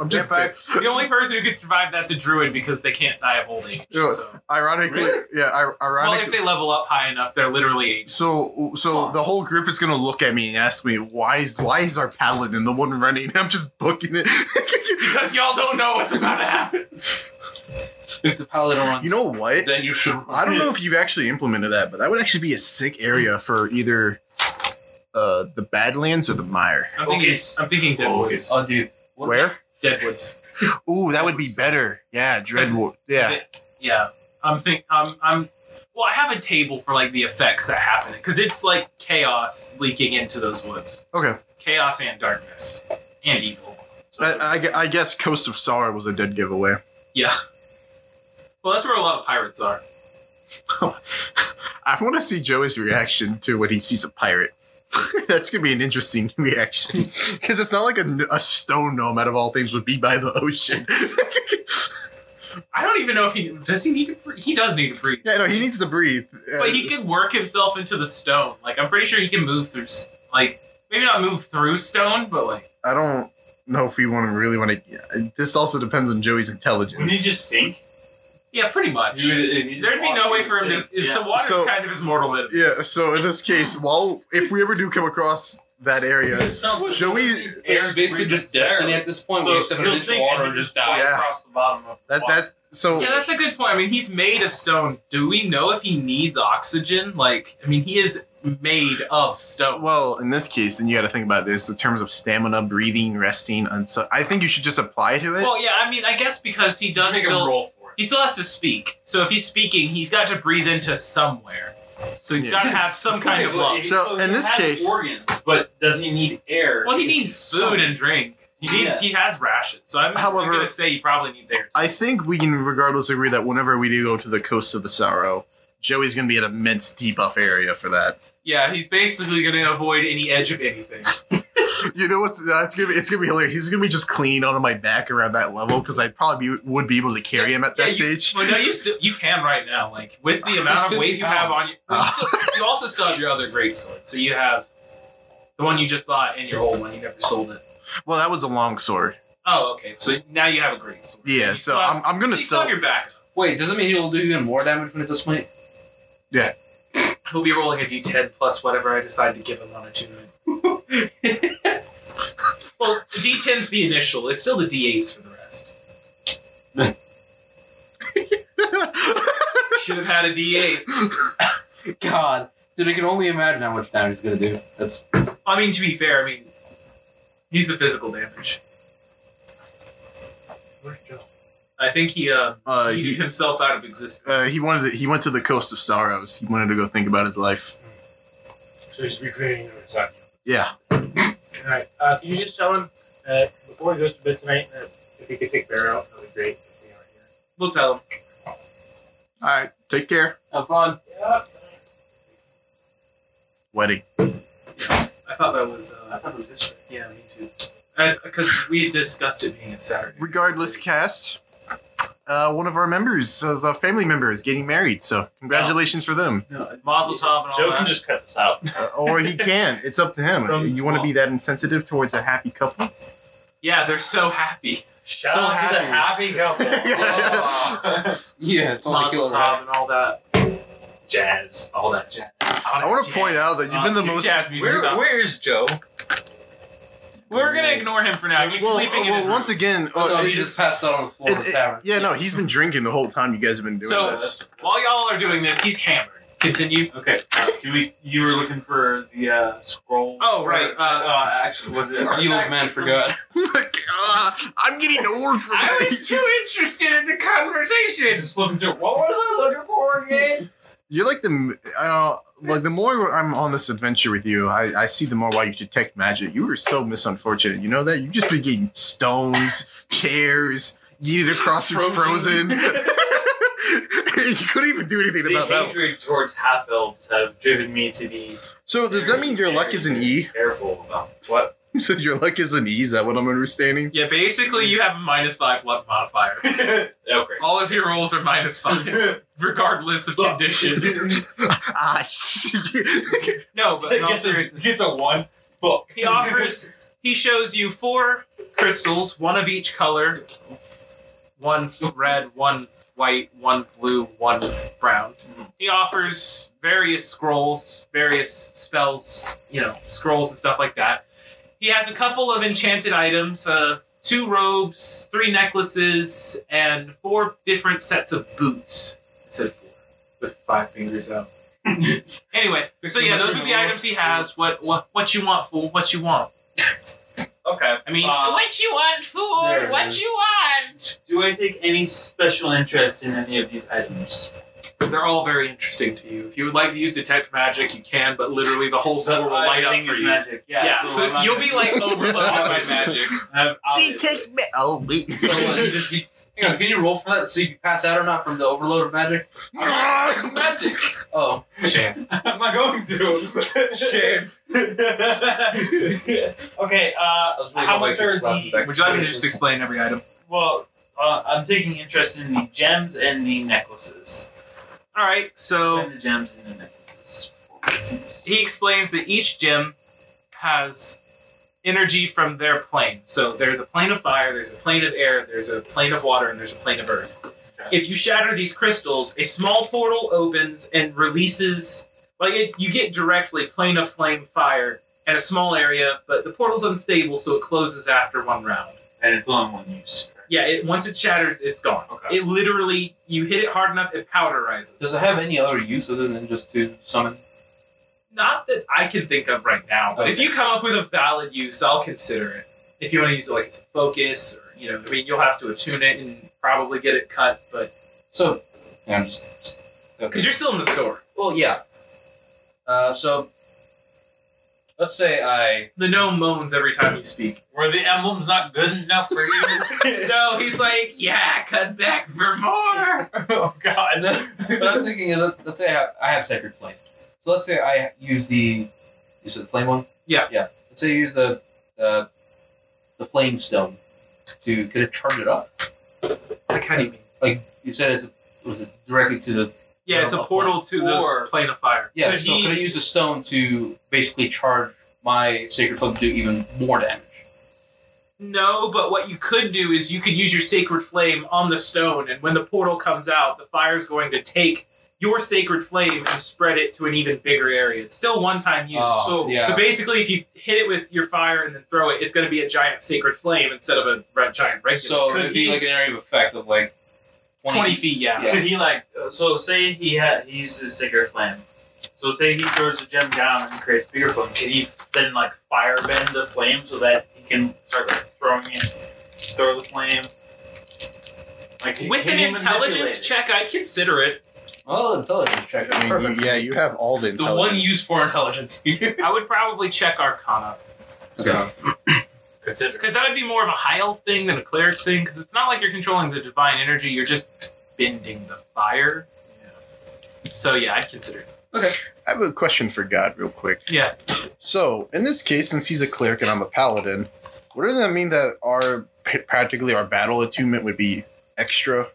C: I'm just
A: The only person who could survive that's a druid because they can't die of old age.
C: Yeah.
A: So.
C: ironically, yeah, ir-
A: Well,
C: ironically.
A: if they level up high enough, they're literally ages.
C: so, so the whole group is gonna look at me and ask me why is why is our paladin the one running? I'm just booking it.
A: because y'all don't know what's about to happen.
B: if the paladin runs,
C: you know what?
B: then you should.
C: I don't know if you've actually implemented that, but that would actually be a sick area for either uh, the Badlands or the Mire.
A: I'm thinking.
I: Focus.
A: I'm thinking Deadwoods. Uh,
B: Oh, dude. What-
C: Where?
A: Deadwoods.
C: Ooh, that would be better. Yeah,
A: uh,
C: Dreadward.
A: Is
C: Yeah.
A: it- yeah. I'm think. I'm. I'm. Well, I have a table for like the effects that happen because it's like chaos leaking into those woods.
C: Okay.
A: Chaos and darkness and evil.
C: I, I gu- I guess Coast of Sorrow was a dead giveaway.
A: Yeah. Well, that's where a lot of pirates are.
C: I want to see Joey's reaction to when he sees a pirate. That's gonna be an interesting reaction because it's not like a, a stone gnome out of all things would be by the ocean.
A: I don't even know if he does. He need to. Breathe? He does need to breathe.
C: yeah, no, he needs to breathe.
A: But he could work himself into the stone. Like I'm pretty sure he can move through. s- Like maybe not move through stone, but like
C: Uh, I don't know if we want to really want to. This also depends on Joey's
I: Wouldn't he
C: intelligence.
I: just sink?
A: yeah, pretty much. There'd be no way for him to. If
I: Yeah.
A: So water's
C: So-
A: kind of his mortal enemy.
C: Yeah. So in this case, while if we ever do come across that area, Joey.
B: It's basically just destiny at this point. So where you
I: So
B: set
I: he'll
B: into
I: sink
B: water
I: and
B: and just
I: just die
B: die.
C: Yeah.
I: across the bottom of the
C: That
I: water.
C: that's so.
A: Yeah, that's a good point. I mean, he's made of stone. Do we know if he needs oxygen? Like, I mean, he is made of stone.
C: Well, in this case, then you got to think about this in terms of stamina, breathing, resting, and so I think you should just apply to it.
A: Well, yeah, I mean, I guess because he does
I: Make him
A: still
I: roll for it.
A: he still has to speak. So if he's speaking, he's got to breathe into somewhere. So he's
C: Yeah.
A: got to have some kind of lung.
C: So, in
I: he
C: this
I: has
C: case-
I: organs, but does he need air?
A: Well, he
I: Is
A: needs food and drink. He needs he has rations. So I'm, I'm
C: However-
A: gonna say he probably needs air.
C: I think we can regardless agree that whenever we do go to the coast of the Sorrow, Joey's going to be an immense debuff area for that.
A: Yeah, he's basically gonna avoid any edge of anything.
C: You know what? That's gonna be, it's going to be hilarious. He's going to be just clean onto my back around that level because I probably be- would be able to carry him at
A: Yeah,
C: that
A: you-
C: stage.
A: Well, no, you still you can right now. Like with the
B: It's
A: amount of
B: 50
A: weight you have on
B: pounds.
A: your, well, you, still, you also still have your other great sword. So you have the one you just bought and your old one. You never sold it.
C: Well, that was a long sword.
A: Oh, okay. So now you have a great sword.
C: Yeah,
A: You
C: so
A: still have-
C: I'm, I'm going
A: so
C: to
A: you still
C: sell.
A: have your backup.
B: Wait, doesn't mean he'll do even more damage when it this point.
A: He'll be rolling a d10 plus whatever I decide to give him on attunement. well, d10's the initial. It's still the d8s for the rest. Should have had a d8.
G: God, dude, I can only imagine how much damage he's gonna do. That's
A: I mean, to be fair, I mean, he's the physical damage. Where'd he go? I think he uh,
C: Uh,
A: eated
C: he,
A: himself out of existence.
C: uh, he wanted to, he went to the coast of sorrows. He wanted to go think about his life.
J: So he's recreating the insomnia.
C: Yeah.
J: All right. Uh, can you just tell him uh, before he goes to bed tonight that if he could take Bear out, that would be great. If we aren't here.
A: we'll tell him.
C: All right. Take care.
B: Have fun.
J: Yeah.
C: Wedding.
A: I thought that was. Uh, I thought it was this Yeah, me too. Because we had discussed it being a Saturday.
C: Regardless, cast. Uh, one of our members, uh, a family member, is getting married, so congratulations for them.
A: Mazel tov and all
J: Joe
A: that.
J: can just cut this out.
C: Uh, or he can. It's up to him.
A: From-
C: you want to be that insensitive towards a happy couple?
A: Yeah, they're so happy.
J: Shout
C: So
J: out to the
A: happy.
J: happy couple.
B: Yeah, it's only
A: Mazel
B: killer.
A: tov and all that.
J: Jazz, all that jazz.
C: I want to point out that you've been the most.
A: jazz music.
I: Where,
A: sucks.
I: where is Joe?
A: We're gonna ignore him for now. He's
C: well,
A: sleeping in
C: well,
A: his room.
C: once again,
B: Oh,
C: uh,
B: no,
C: it-
B: he just passed out on the floor
C: it-
B: of the
C: it-
B: tavern.
C: yeah, no, he's been drinking the whole time you guys have been doing
A: So-
C: this.
A: While y'all are doing this, he's hammered. Continue.
I: Okay. uh, do we? You were looking for the uh, scroll.
A: Oh, right,
I: Or,
A: uh,
I: uh, actually, was it?
B: The old man forgot.
C: Ah, Oh I'm getting old for
A: I
C: this.
A: was too interested in the conversation.
I: Just looking through. What was I looking for again?
C: You're like the I don't like the more I'm on this adventure with you, I, I see the more why you detect magic. You were so misunfortunate. You know that you just been getting stones, chairs, yeeted across your frozen.
B: Frozen.
C: you couldn't even do anything
I: The
C: about that.
I: hatred towards half elves have driven me to be
C: So does that mean your luck is an E?
I: careful about what.
C: So your luck is an E? Is that what I'm understanding?
A: Yeah, basically you have a minus five luck modifier.
I: Okay.
A: All of your rolls are minus five, regardless of condition.
C: ah, shit.
A: No, but in all
I: gets, a,
A: seriousness,
I: gets a one. Fuck.
A: he offers. He shows you four crystals, one of each color, one red, one white, one blue, one brown. He offers various scrolls, various spells, you know, scrolls and stuff like that. He has a couple of enchanted items, uh, two robes, three necklaces, and four different sets of boots. I said four, with five fingers out. anyway, so yeah, those are the items he has. What what what you want, fool? What you want?
I: Okay.
A: I mean,
I: Uh,
A: what you want, fool?
B: there it
A: What
B: is.
A: you want?
I: Do I take any special interest in any of these items?
A: They're all very interesting to you. If you would like to use detect magic, you can, but literally the whole store will
I: The
A: light up
I: thing
A: for
I: is
A: you.
I: magic. Yeah.
A: Yeah, so,
I: I'm not
A: you'll
I: gonna-
A: be like overloaded by magic.
I: I'm out.
C: detect ma- Oh wait.
B: So uh, you just you, hang on. Can you roll for that? See if you pass out or not from the overload of magic. magic. Oh,
A: Shame.
I: I'm not going to.
A: Shame.
I: okay. Uh,
B: I was really
I: how
B: hoping I
I: much
B: could
I: are
B: slap him
I: the?
B: back.
A: Would you like me to just explain every item?
I: Well, uh, I'm taking interest in the gems and the necklaces.
A: All right, so.
I: Spend the gems and the necklaces.
A: he explains that each gem has energy from their plane. So there's a plane of fire, there's a plane of air, there's a plane of water, and there's a plane of earth. If you shatter these crystals, a small portal opens and releases. Like it, you get directly plane of flame fire and a small area, but the portal's unstable, so it closes after one round.
I: And it's only one use.
A: Yeah, it, once it shatters, it's gone.
I: Okay.
A: It literally, you hit it hard enough, it powderizes.
B: does it have any other use other than just to summon?
A: Not that I can think of right now, but if
B: Okay.
A: you come up with a valid use, I'll consider it. If you want to use it like it's a focus, or you know, I mean, you'll have to attune it and probably get it cut, but
B: So, yeah, I'm just.
A: because you're still in the store,
B: Well, yeah. Uh, so, let's say I.
A: the gnome moans every time you speak.
I: Were the emblems not good enough for you?
A: no, he's like, yeah, cut back for more.
I: oh God.
B: But I was thinking, is let- let's say I have, I have sacred flame. So let's say I use the. You said the flame one.
A: Yeah.
B: Yeah. Let's say I use the uh, the flame stone to could it charge it up?
A: Like, how do you mean?
B: Like you said, it's was it directly to the
A: Yeah, it's a portal to the
I: Or-
A: plane of fire.
B: yeah.
I: Could
B: so
I: he-
B: could I use a stone to basically charge my sacred flame to do even more damage?
A: No, but what you could do is you could use your sacred flame on the stone, and when the portal comes out, the fire's going to take your sacred flame and spread it to an even bigger area. It's still one time use.
B: Oh,
A: so,
B: yeah.
A: so basically, if you hit it with your fire and then throw it, it's going to be a giant sacred flame instead of a red, giant regular.
B: So
I: could
B: it'd be
I: he
B: like
I: s-
B: an area of effect of like
A: 20, feet, yeah.
B: Yeah.
I: Could he like uh, so? Say he ha- he uses cigarette flame. So say he throws a gem down and creates a bigger flame. Could he then like fire bend the flame so that he can start like, throwing it, throw the flame? Like
A: With
I: can
A: an
I: he
A: intelligence
I: manipulate it?
A: check, I'd consider it.
B: Well, intelligence check.
C: I mean,
B: Perfect.
C: you- yeah, you have all the
B: the one
C: intelligence.
B: used for intelligence here.
A: I would probably check Arcana.
B: So,
I: Consider.
A: Because that would be more of a high elf thing than a cleric thing, because it's not like you're controlling the divine energy, you're just bending the fire. So yeah, I'd consider it.
C: I have a question for God, real quick.
A: Yeah.
C: So, in this case, since he's a cleric and I'm a paladin, wouldn't that mean that our practically our battle attunement would be extra?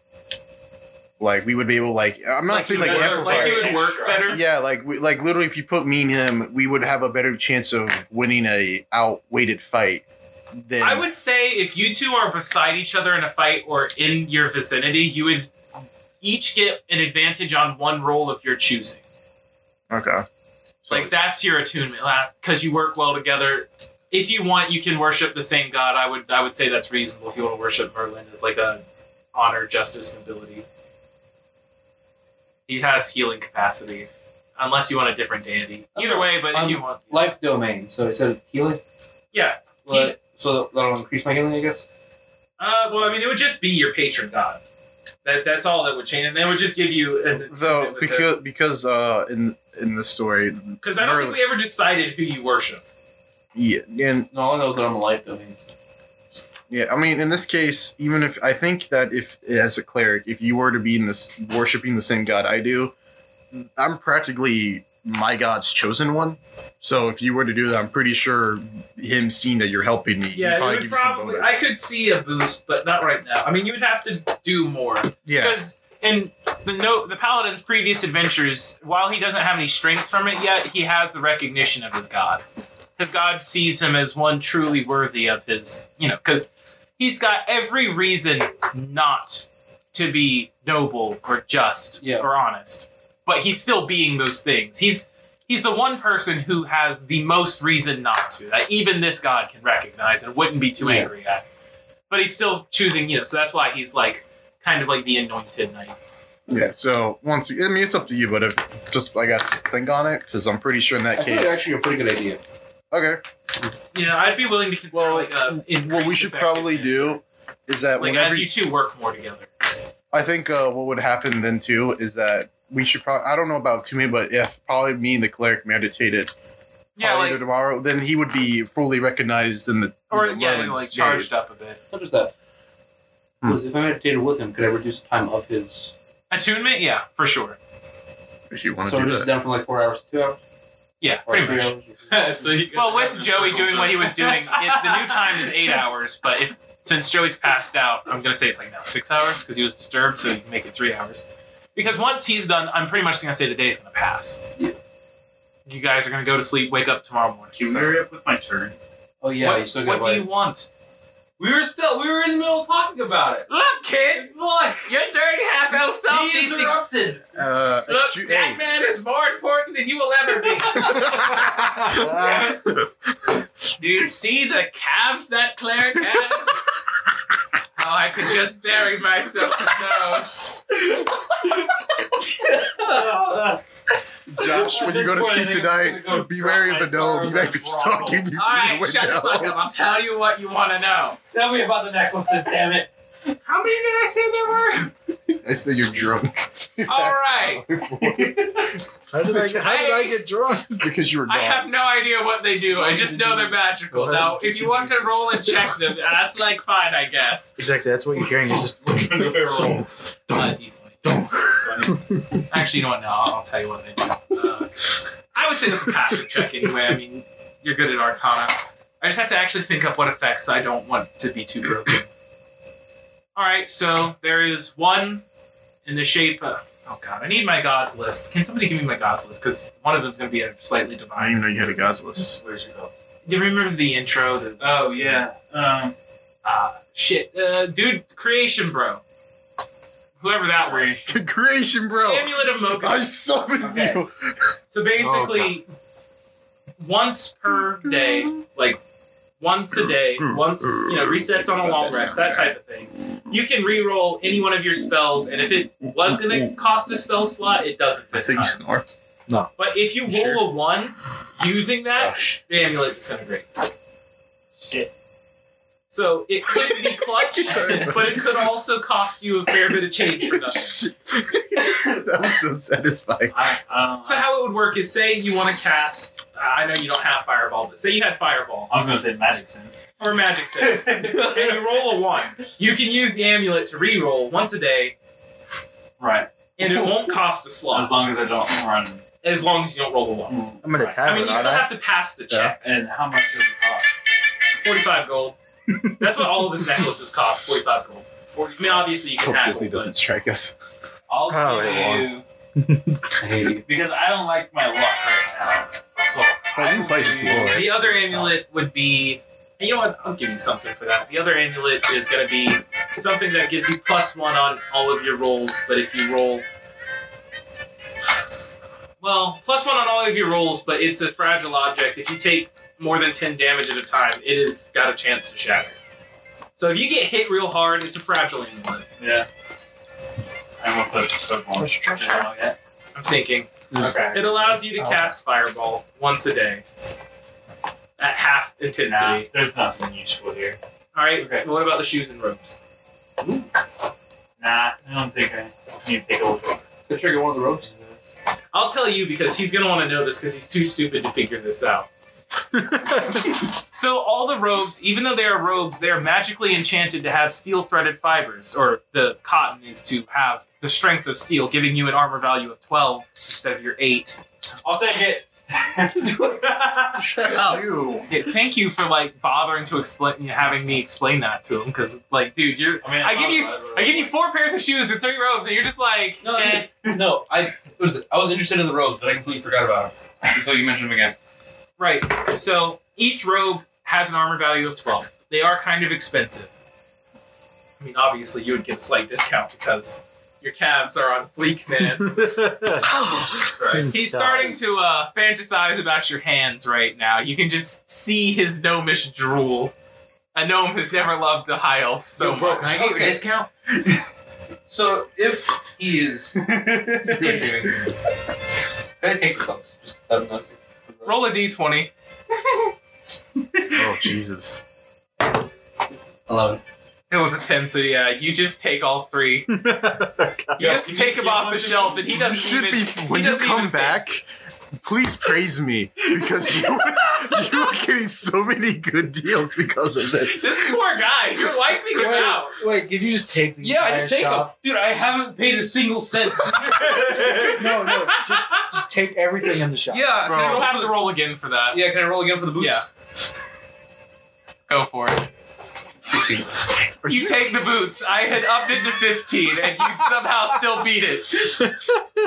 C: Like we would be able, like I'm not saying like
A: it would- like
C: amplify.
A: it would work better.
C: yeah, like we, like literally, if you put me and him, we would have a better chance of winning a outweighted fight. Than
A: I would say if you two are beside each other in a fight or in your vicinity, you would each get an advantage on one roll of your choosing.
C: Okay.
A: like that's your attunement, because you work well together. if you want, you can worship the same god. I would I would say that's reasonable if you want to worship Merlin as like a honor, justice, and ability. He has healing capacity, unless you want a different deity. Either way, but if
G: Um,
A: you want,
G: Life domain. So instead of healing,
A: yeah.
G: well, so that'll increase my healing, I guess.
A: Uh, well, I mean, it would just be your patron god. That that's all that would change, and they would just give you. A,
C: Though because because uh in in the story,
A: because I don't think we ever decided who you worship.
C: yeah, and
G: No, all I know is that I'm a life domain.
C: Yeah, I mean, in this case, even if I think that if as a cleric, if you were to be in this worshiping the same god I do, I'm practically my god's chosen one. So if you were to do that, I'm pretty sure him seeing that you're helping me, he'd
A: Yeah, it would
C: give you some
A: probably.
C: bonus.
A: I could see a boost, but not right now. I mean, you would have to do more.
C: Yeah.
A: Because in the note, the paladin's previous adventures, while he doesn't have any strength from it yet, he has the recognition of his god. His god sees him as one truly worthy of his, you know, because he's got every reason not to be noble or just
G: Yeah.
A: or honest, but he's still being those things. He's he's the one person who has the most reason not to that even this god can recognize and wouldn't be too
G: Yeah.
A: angry at but he's still choosing you know so that's why he's like kind of like the anointed knight
C: yeah. So once I mean, it's up to you, but if just I guess think on it because I'm pretty sure in that
G: I feel like
C: case.
G: actually a pretty good idea.
C: okay.
A: you know i'd be willing to consider like a
C: What we should probably do is that
A: like
C: whenever
A: as you two work more together
C: I think uh, what would happen then too is that we should probably I don't know about Toomey, but if probably me and the cleric meditated
A: yeah
C: probably either
A: like
C: tomorrow, then he would be fully recognized in the
A: or
C: in the
A: yeah
C: Merlin's
A: like
C: days.
A: charged up a bit
G: Not just that.
C: Hmm.
G: Because if I meditated with him, could I reduce the time of his?
A: attunement yeah for sure
C: If you want
G: So
C: to
G: I'm
C: do
G: just
C: that.
G: down from like four hours to two hours,
A: yeah
G: or
A: pretty
G: three
A: much
G: hours.
I: so you guys
A: well
I: are
A: with
I: having a
A: joey
I: circle
A: doing what he was
I: jerk.
A: doing it, the new time is eight hours but if since joey's passed out i'm gonna say it's like now six hours because he was disturbed so you can make it three hours because once he's done i'm pretty much gonna say the day's gonna pass
G: Yeah.
A: you guys are gonna go to sleep wake up tomorrow morning
I: Can we
A: So-
I: hurry up with my turn?
G: oh yeah,
A: what,
G: you still
A: what
G: got.
A: do you want we were still we were in the middle of talking about it
H: Look, kid, look, your dirty half elf self
I: He
H: needs to
I: interrupted.
C: uh,
H: Look,
C: excuse-
H: that
C: hey.
H: man is more important than you will ever be. Do you see the calves that cleric has? oh, I could just bury myself in those.
C: Josh, when you go to
I: This
C: sleep
I: morning, I'm
C: tonight,
I: gonna go
C: be
I: drop
C: wary
I: my
C: of the gnome.
I: sorrows
C: He
I: in
C: might
I: a
C: be
I: brothel.
C: stalking you through
H: All right,
C: the
H: shut the fuck
C: window.
H: up. I'll tell you what you want to know.
I: Tell me about the necklaces, damn it.
H: How many did I say there were?
C: I say you're drunk.
H: All right.
D: How did I get, how did I get drunk?
C: because you were gone.
H: I have no idea what they do. I just know they're magical.
D: Go ahead.
H: Now, if you want to roll and check them, that's like fine, I guess.
D: Exactly, that's what you're hearing. Is just,
I: Roll.
A: Uh, D20. So anyway. Actually, you know what? No, I'll, I'll tell you what they do. Uh, I would say that's a passive check anyway. I mean, you're good at Arcana. I just have to actually think up what effects I don't want to be too broken. All right, so there is one in the shape of. Oh god, I need my gods list. Can somebody give me my gods list? Because one of them's going to be a slightly
C: I didn't
A: divine.
C: even know you had a god's list.
I: Where's your belt?
A: Do you remember the intro? The
I: Oh yeah. Um,
A: uh, shit, uh, dude, creation bro, whoever that was.
C: Good creation, bro.
A: Amulet of Mocha.
C: I summoned
A: Okay.
C: you.
A: So basically, once per day, like once a day, once you know, resets on a long rest, that type of thing. You can re-roll any one of your spells, and if it was gonna cost a spell slot, it doesn't
C: I
A: this
C: think you
A: time.
C: snore.
A: But if you roll
F: Sure.
A: a one using
C: Oh,
A: that, the amulet disintegrates.
I: shit.
A: So it could be clutch,
C: Sorry.
A: but it could also cost you a fair bit of change for nothing.
C: that was so satisfying.
I: I, um,
A: So how it would work is, say you want to cast. I know you don't have fireball, but say you had fireball
I: I was gonna say magic sense.
A: or magic sense. and you roll a one. You can use the amulet to re-roll once a day,
I: right.
A: and it won't cost a
I: As
A: slot
I: long as I don't run.
A: as long as you don't roll a one.
D: I'm gonna
I: Right.
D: tap
A: I mean,
D: it,
A: you still
D: aren't I?
A: have to pass the check.
I: And how much does it cost?
A: Forty-five gold. That's what all of his necklaces cost. Forty-five gold. I mean, obviously you can
C: Hope
A: have
C: Disney
A: it, but
C: doesn't strike us.
I: I'll
D: Oh,
I: give
D: they
I: you because I don't like my luck right now. So
C: But you can play just
I: will give
C: Lord.
A: the other amulet would be. And you know what? I'll give you something for that. The other amulet is going to be something that gives you plus one on all of your rolls, but if you roll. Well, plus one on all of your rolls, but it's a fragile object. If you take more than 10 damage at a time, it has got a chance to shatter. So if you get hit real hard, it's a fragile one.
I: Yeah. I almost said Pokemon. Yeah.
A: I'm thinking.
I: Okay.
A: It allows you to
G: Oh.
A: cast Fireball once a day at half intensity.
I: Nah, there's nothing useful here.
A: All right.
I: Ah. Okay.
A: What about the shoes and ropes?
I: Nah, I don't think I need to take a look.
G: Could trigger one of the ropes.
A: I'll tell you because he's gonna want to know this because he's too stupid to figure this out. So all the robes, even though they are robes, they are magically enchanted to have steel threaded fibers, or the cotton is to have the strength of steel, giving you an armor value of twelve instead of your eight.
I: I'll take it.
A: Oh.
G: Ew.
A: Yeah, thank you for like bothering to explain, having me explain that to him, because like, dude, you're.
I: I mean,
A: I give you, I give you four pairs of shoes and three robes, and you're just like,
B: No,
A: eh.
B: dude, no, I what is it? I was interested in the robes, but I completely forgot about them until you mentioned them again.
A: Right. So each robe has an armor value of 12. They are kind of expensive. I mean, obviously, you would get a slight discount because your calves are on fleek, man. He's starting to uh, fantasize about your hands right now. You can just see his gnomish drool. A gnome has never loved a high elf so
B: Yo, bro,
A: much.
B: can I get your Okay.
A: discount?
B: So if he is daydreaming, can I take the clothes? Just let him know.
A: Roll a d20.
C: oh Jesus!
B: Eleven.
A: It was a 10, so yeah, you just take all three. You just take him off the shelf, and he
C: You
A: doesn't
C: should
A: even.
C: be when
A: he
C: you
A: doesn't
C: come
A: even
C: back. Please praise me because you you are getting so many good deals because of this.
A: This poor guy, you're wiping him
F: Wait.
A: out.
F: Wait, did you just take the
B: Yeah, I just
F: entire
B: take them,
F: shop?
B: dude. I haven't paid a single cent.
F: No, no, just just take everything in the shop.
B: yeah,
A: Bro.
B: can I
A: You'll
B: roll
A: have
B: for
A: to
B: the
A: roll again for that.
B: Yeah, can I roll again for the boots?
A: Yeah. Go for it.
C: Are
A: You
C: you-
A: take the boots. I had upped it to 15, and you somehow still beat it.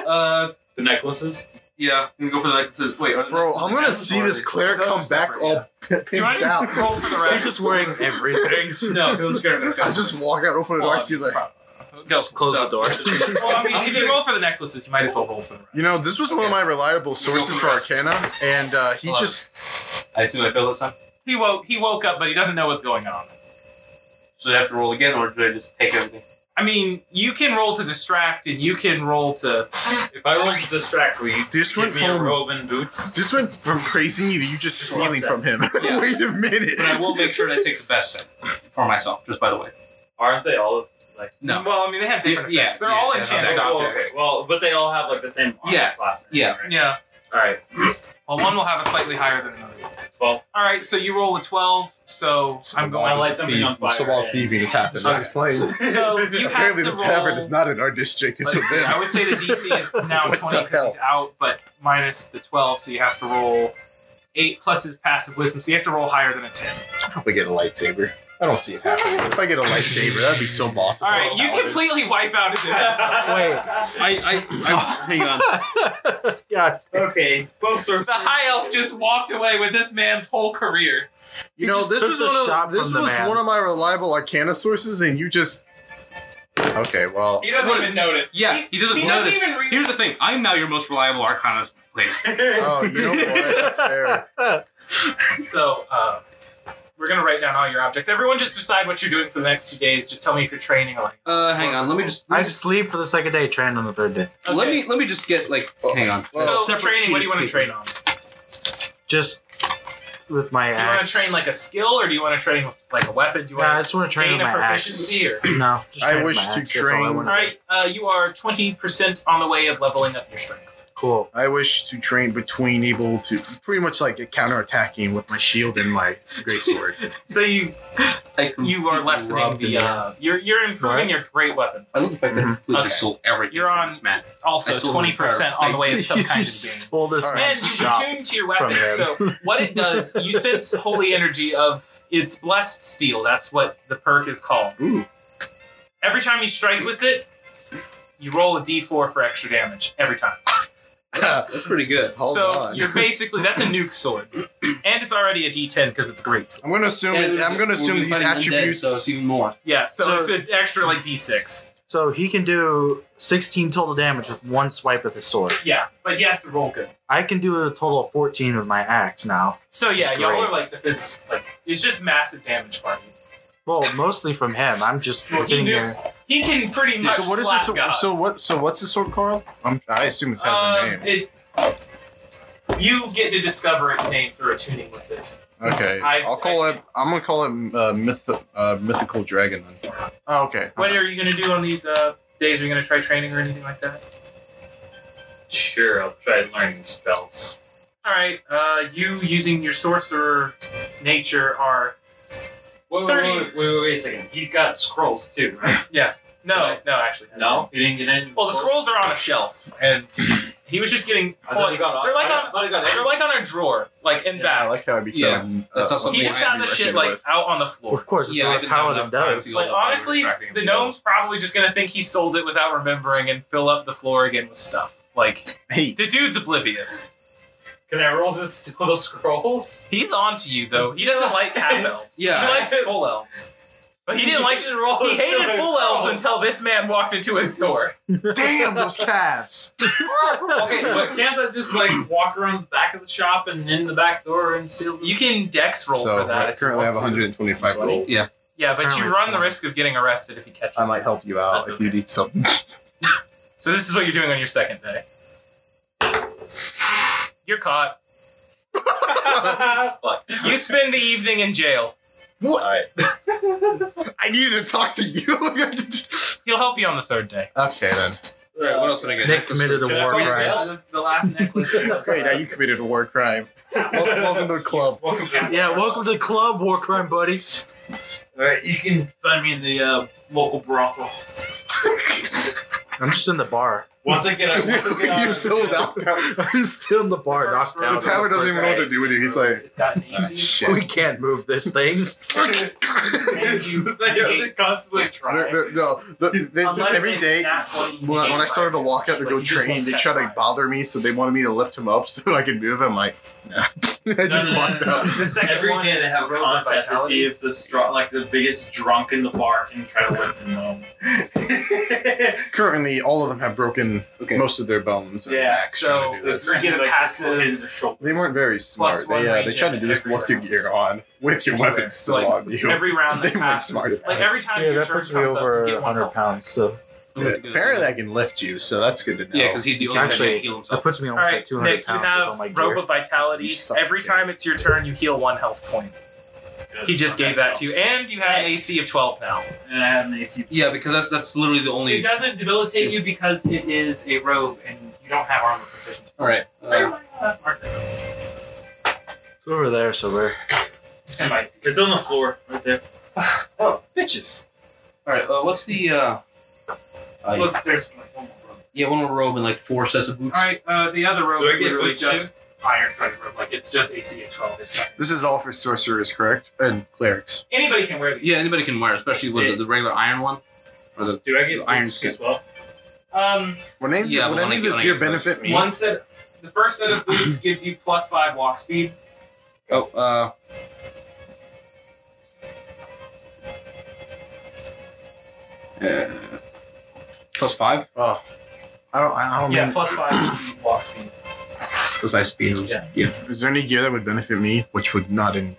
B: Uh,
I: The necklaces.
B: yeah, I'm gonna go for the necklaces. Wait, are the
C: Bro,
B: necklaces
C: I'm gonna
B: gems
C: see
B: or are
C: this
B: they-
C: Claire
A: those are
C: come back
A: separate,
C: all
A: Do you want
C: pimped
A: to
C: out.
A: just roll for the
D: He's
A: rest?
D: just wearing everything.
B: No, I'm scared I'm gonna fail.
C: I just walk out, open the door, I see like.
A: Go.
D: Close
B: So-
D: the door.
A: Well, I mean,
B: I'm
A: if
B: gonna-
A: you roll for the necklaces, you might as well roll for the rest.
C: You know, this was one of my reliable sources for Arcana, and uh, he
B: Hold on.
C: just
B: I assume I fail this time.
A: he woke he woke up, but he doesn't know what's going on.
B: Should I have to roll again, or do I just take everything?
A: I mean, you can roll to distract, and you can roll to.
I: If I roll to distract, will you
C: this
I: give
C: went
I: me a
C: from
I: robe and boots?
C: this went from praising you to you just stealing from him.
B: Yeah.
C: Wait a minute.
B: But I will make sure that I take the best set for myself, just by the way.
I: Aren't they all like?
B: No.
A: Well, I mean, they have different
B: Yeah,
A: effects. They're
B: yeah,
A: all
B: yeah,
A: enchanted
B: exactly.
I: Oh, okay.
A: objects.
I: Well, but they all have like the same armor
B: Yeah.
I: class.
B: Yeah.
I: Right?
A: Yeah.
I: All right.
A: Well, one will have a slightly higher than another.
I: Well-
A: all right. So you roll a twelve. So I'm
I: I
A: going.
I: light something on fire.
F: So while thieving has happened,
A: Okay. So you have
C: Apparently,
A: to
C: the tavern
A: roll-
C: is not in our district. It's
A: Let's see,
C: with
A: I
C: them.
A: would say the DC is now
C: What
A: twenty
C: the
A: because he's out, but minus the twelve, so you have to roll eight plus his passive wisdom. So you have to roll higher than a ten.
F: I hope I get a lightsaber.
C: I don't see it happening. If I get a lightsaber, that'd be so boss.
A: All right, you completely wipe out his inventory.
D: Wait.
B: I, I, I hang on.
D: God.
I: Okay. Folks are
A: The high elf just walked away with this man's whole career.
D: He
C: You know,
D: just
C: this
D: took
C: was
D: the
C: one
D: shot
C: of this
D: from the
C: was
D: man.
C: one of my reliable Arcana sources, and you just okay. Well,
A: He doesn't
B: Look,
A: even notice.
B: Yeah,
A: He,
B: he doesn't
A: he
B: notice.
A: doesn't even read.
B: Here's the thing: I'm now your most reliable Arcana place.
C: oh, you know what? That's fair.
A: So, uh, we're gonna write down all your objects. Everyone, just decide what you're doing for the next two days. Just tell me if you're training or like.
B: Uh, hang on. Let me just.
D: I sleep for the second day, train on the third day.
B: Let
A: Okay.
B: me let me just get like.
C: Oh,
B: Hang on.
C: well-
A: So,
B: Separate
A: training.
B: sheet
A: What do you
B: of
A: want to
B: paper.
A: train on? Do
D: Just with my
A: you want to
D: axe.
A: train like a skill, or do you want to train with like a weapon? Do you
D: Nah, I
A: want
D: just want to
A: to
D: train
A: gain
D: with
A: a
D: my axe.
A: proficiency, or?
D: No, just
C: I
D: train with
C: wish
D: my
C: to
D: axe. That's all I
C: train-
D: wanna
A: All right, uh, you are twenty percent on the way of leveling up your strength.
D: do. Cool.
C: I wish to train between able to pretty much like counterattacking with my shield and my great sword.
A: So you
B: I
A: you are
B: completely
A: lessening
B: robbed
A: the
B: him.
A: uh, you're you're improving
D: Right.
A: your great weapon.
B: I love the fact that I completely
A: Okay.
B: stole everything.
A: You're
B: from
A: on-
B: this man. I
A: Also
B: still
A: twenty percent on the way of some
D: You
A: kind of
D: just
A: game.
D: stole this
C: All right.
A: And
D: man's
A: you
D: shop.
A: attune to your weapon.
D: from him.
A: So what it does, you sense holy energy of it's blessed steel. That's what the perk is called.
C: Ooh.
A: Every time you strike with it, you roll a d4 for extra damage every time.
B: That's, that's pretty good.
C: Hold
A: so
C: on.
A: you're basically that's a nuke sword, and it's already a d10 because it's a great sword.
C: I'm gonna assume.
B: And there's-
C: I'm gonna
B: we'll
C: assume
B: be
C: these
B: fighting undead,
C: attributes.
B: so it's even more.
A: Yeah, so,
D: So-
A: it's an extra like d6.
D: So he can do 16 total damage with one swipe of his sword.
A: Yeah, but yes, to roll good.
D: I can do a total of 14 with my axe now.
A: So
D: which is
A: yeah, y'all
D: great.
A: are like the physical. Like it's just massive damage party.
D: Well, mostly from him. I'm just
A: Well, he
D: sitting here.
A: nukes. He can pretty much
C: so what is
A: slap
C: this?
A: gods.
C: So what? So what's the sword, Carl? i I assume it has a
A: Um,
C: name.
A: it, you get to discover its name through attuning with it.
C: Okay,
A: I-
C: I'll call it. I'm gonna call it uh, myth, uh, mythical dragon. Then. Oh, okay.
A: What are you going to do on these uh, days? Are you going to try training or anything like that?
I: Sure, I'll try learning spells.
A: All right. Uh, you using your sorcerer nature are
I: Wait, wait,
A: Thirty.
I: wait, wait, wait, wait a second. He got scrolls too, right?
A: no, no, actually,
I: no, he didn't get any.
A: Well, the scrolls are on a shelf, and he was just getting.
I: I thought he got.
A: They're like
I: I
A: on-
I: thought he got.
A: They're like on a drawer, like in
I: Yeah,
A: back.
C: I like how I'd be uh,
B: Yeah,
C: selling.
B: that's not something
A: he just
B: I
A: got the shit like out on the floor.
D: Of course, it's
B: Yeah, I
D: what a
B: didn't have
D: paladin
B: enough time
D: does.
B: to
A: Like
B: Well, I was
A: honestly,
B: tracking
A: the
B: him.
A: gnome's probably just gonna think he sold it without remembering and fill up the floor again with stuff. Like
C: Hey,
A: the dude's oblivious.
I: Can I roll this steal the scrolls?
A: He's on to you though. He doesn't like half elves.
B: Yeah.
A: he likes full elves. But he didn't like.
I: to roll.
A: He hated full elves until this man walked into his store.
C: damn those calves.
I: Okay, but can't I just like walk around the back of the shop and in the back door and seal?
A: You can dex roll
C: so
A: for that.
C: I
A: if you
C: currently have
A: want to.
C: 125 gold.
A: Yeah, but you
D: Currently
A: run the
D: twenty.
A: risk of getting arrested if he catches.
C: I
A: you.
C: might help you out
A: That's
C: if you need something.
A: So this is what you're doing on your second day. You're caught. Fuck. You spend the evening in jail.
C: What?
A: All right.
C: I needed to talk to you.
A: He'll help you on the third day.
C: okay then.
B: All right, what else did I get?
D: Nick committed a
I: Can I
D: war
I: call you
D: crime.
I: back?
A: The, the last necklace. was,
C: Wait, now
A: uh,
C: you committed a war crime. Welcome, welcome to the club.
I: Welcome.
D: Yeah, welcome to the club, war crime buddy.
I: Alright, you can find me in the uh, local brothel.
D: I'm just in the bar.
I: Once I get, once I get
C: You're still knocked out.
D: I'm still in the bar,
A: first
D: knocked
A: row
D: out.
A: is
C: The tower doesn't even know what to
A: first
C: do with you. He's like,
A: It's got an AC.
C: shit.
D: We can't move this thing.
I: And you, they constantly
C: No,
I: try.
C: no, no. The- they-
A: Unless
C: every
A: they
C: day,
A: not want you to
C: when, I-
A: get
C: when I started to
A: fired.
C: walk out to
A: Like,
C: go
A: you just
C: train,
A: won't
C: they
A: get
C: tried to
A: fired.
C: bother me, so they wanted me to lift him up so I could move him. Like, nah. I just walked out.
A: The second
I: Every
A: one
I: day they
A: is
I: have a
A: road
I: contest to
A: vitality.
I: see if the strong, like the biggest drunk in the bar can try to whip them home.
C: Currently, all of them have broken most of their bones. and
I: Yeah,
C: backs
A: so
C: trying to do
A: the
C: this.
A: three- get a passive-
I: in the shoulder.
C: they weren't very smart.
A: Plus one
C: They uh, they
A: range
C: tried to
A: at
C: do this
A: every
C: with your
A: round.
C: gear on, with your weapons still
A: Like,
C: on you.
A: Every round
C: they
A: that
C: weren't
A: passes.
C: smart. about
A: Like
C: it.
A: every time
D: Yeah,
A: your
D: that
A: turn
D: puts me
A: comes
D: over
A: up, you get one
D: 100
A: health.
D: pounds, so
C: Yeah, Apparently, I can lift you, so that's good to know.
B: Yeah, because he's the only one that
D: Actually,
B: can heal
D: that
B: himself.
D: puts me
A: All
D: almost at
A: right,
D: 200
A: Nick, you
D: pounds
A: have
D: with all my gear.
A: rope of vitality.
C: You suck,
A: Every
C: dude.
A: time it's your turn, you heal one health point. He just gave that to you, and you have an AC of 12 now.
I: And I have an AC.
B: Yeah, because that's that's literally the
A: It
B: only.
A: doesn't debilitate you because it is a robe and you don't have armor proficiency.
B: All right. Uh,
D: It's over there somewhere.
I: Anyway, It's on the floor right there.
B: oh, bitches! All right. Uh, what's the? Uh,
I: Look, there's like one more room.
B: yeah, Uh, one more robe and like four sets of boots.
A: All right, uh, the other robe
I: Do I
A: is
I: get
A: literally
I: boots
A: just iron cutting robe. Like it's just AC of 12. It's not-
C: This is all for sorcerers, correct? And clerics.
A: anybody can wear these.
B: Yeah, anybody can wear, it, especially was it the regular iron one, or the
I: Do I get
B: Iron
I: boots
B: skin.
I: as well?
A: Um,
C: When any,
B: Yeah,
C: when
B: but
C: any
B: like,
C: of this
B: like,
C: gear
B: it's like-
C: benefit me?
A: one set, the first set of boots gives you plus five walk speed.
B: oh uh. uh, Plus five
C: Oh, I don't. I
B: Oh,
C: don't
A: Yeah,
C: mean-
A: plus five gives you walk speed.
B: plus my speed.
A: Yeah.
C: Is there any gear that would benefit me, which would not in,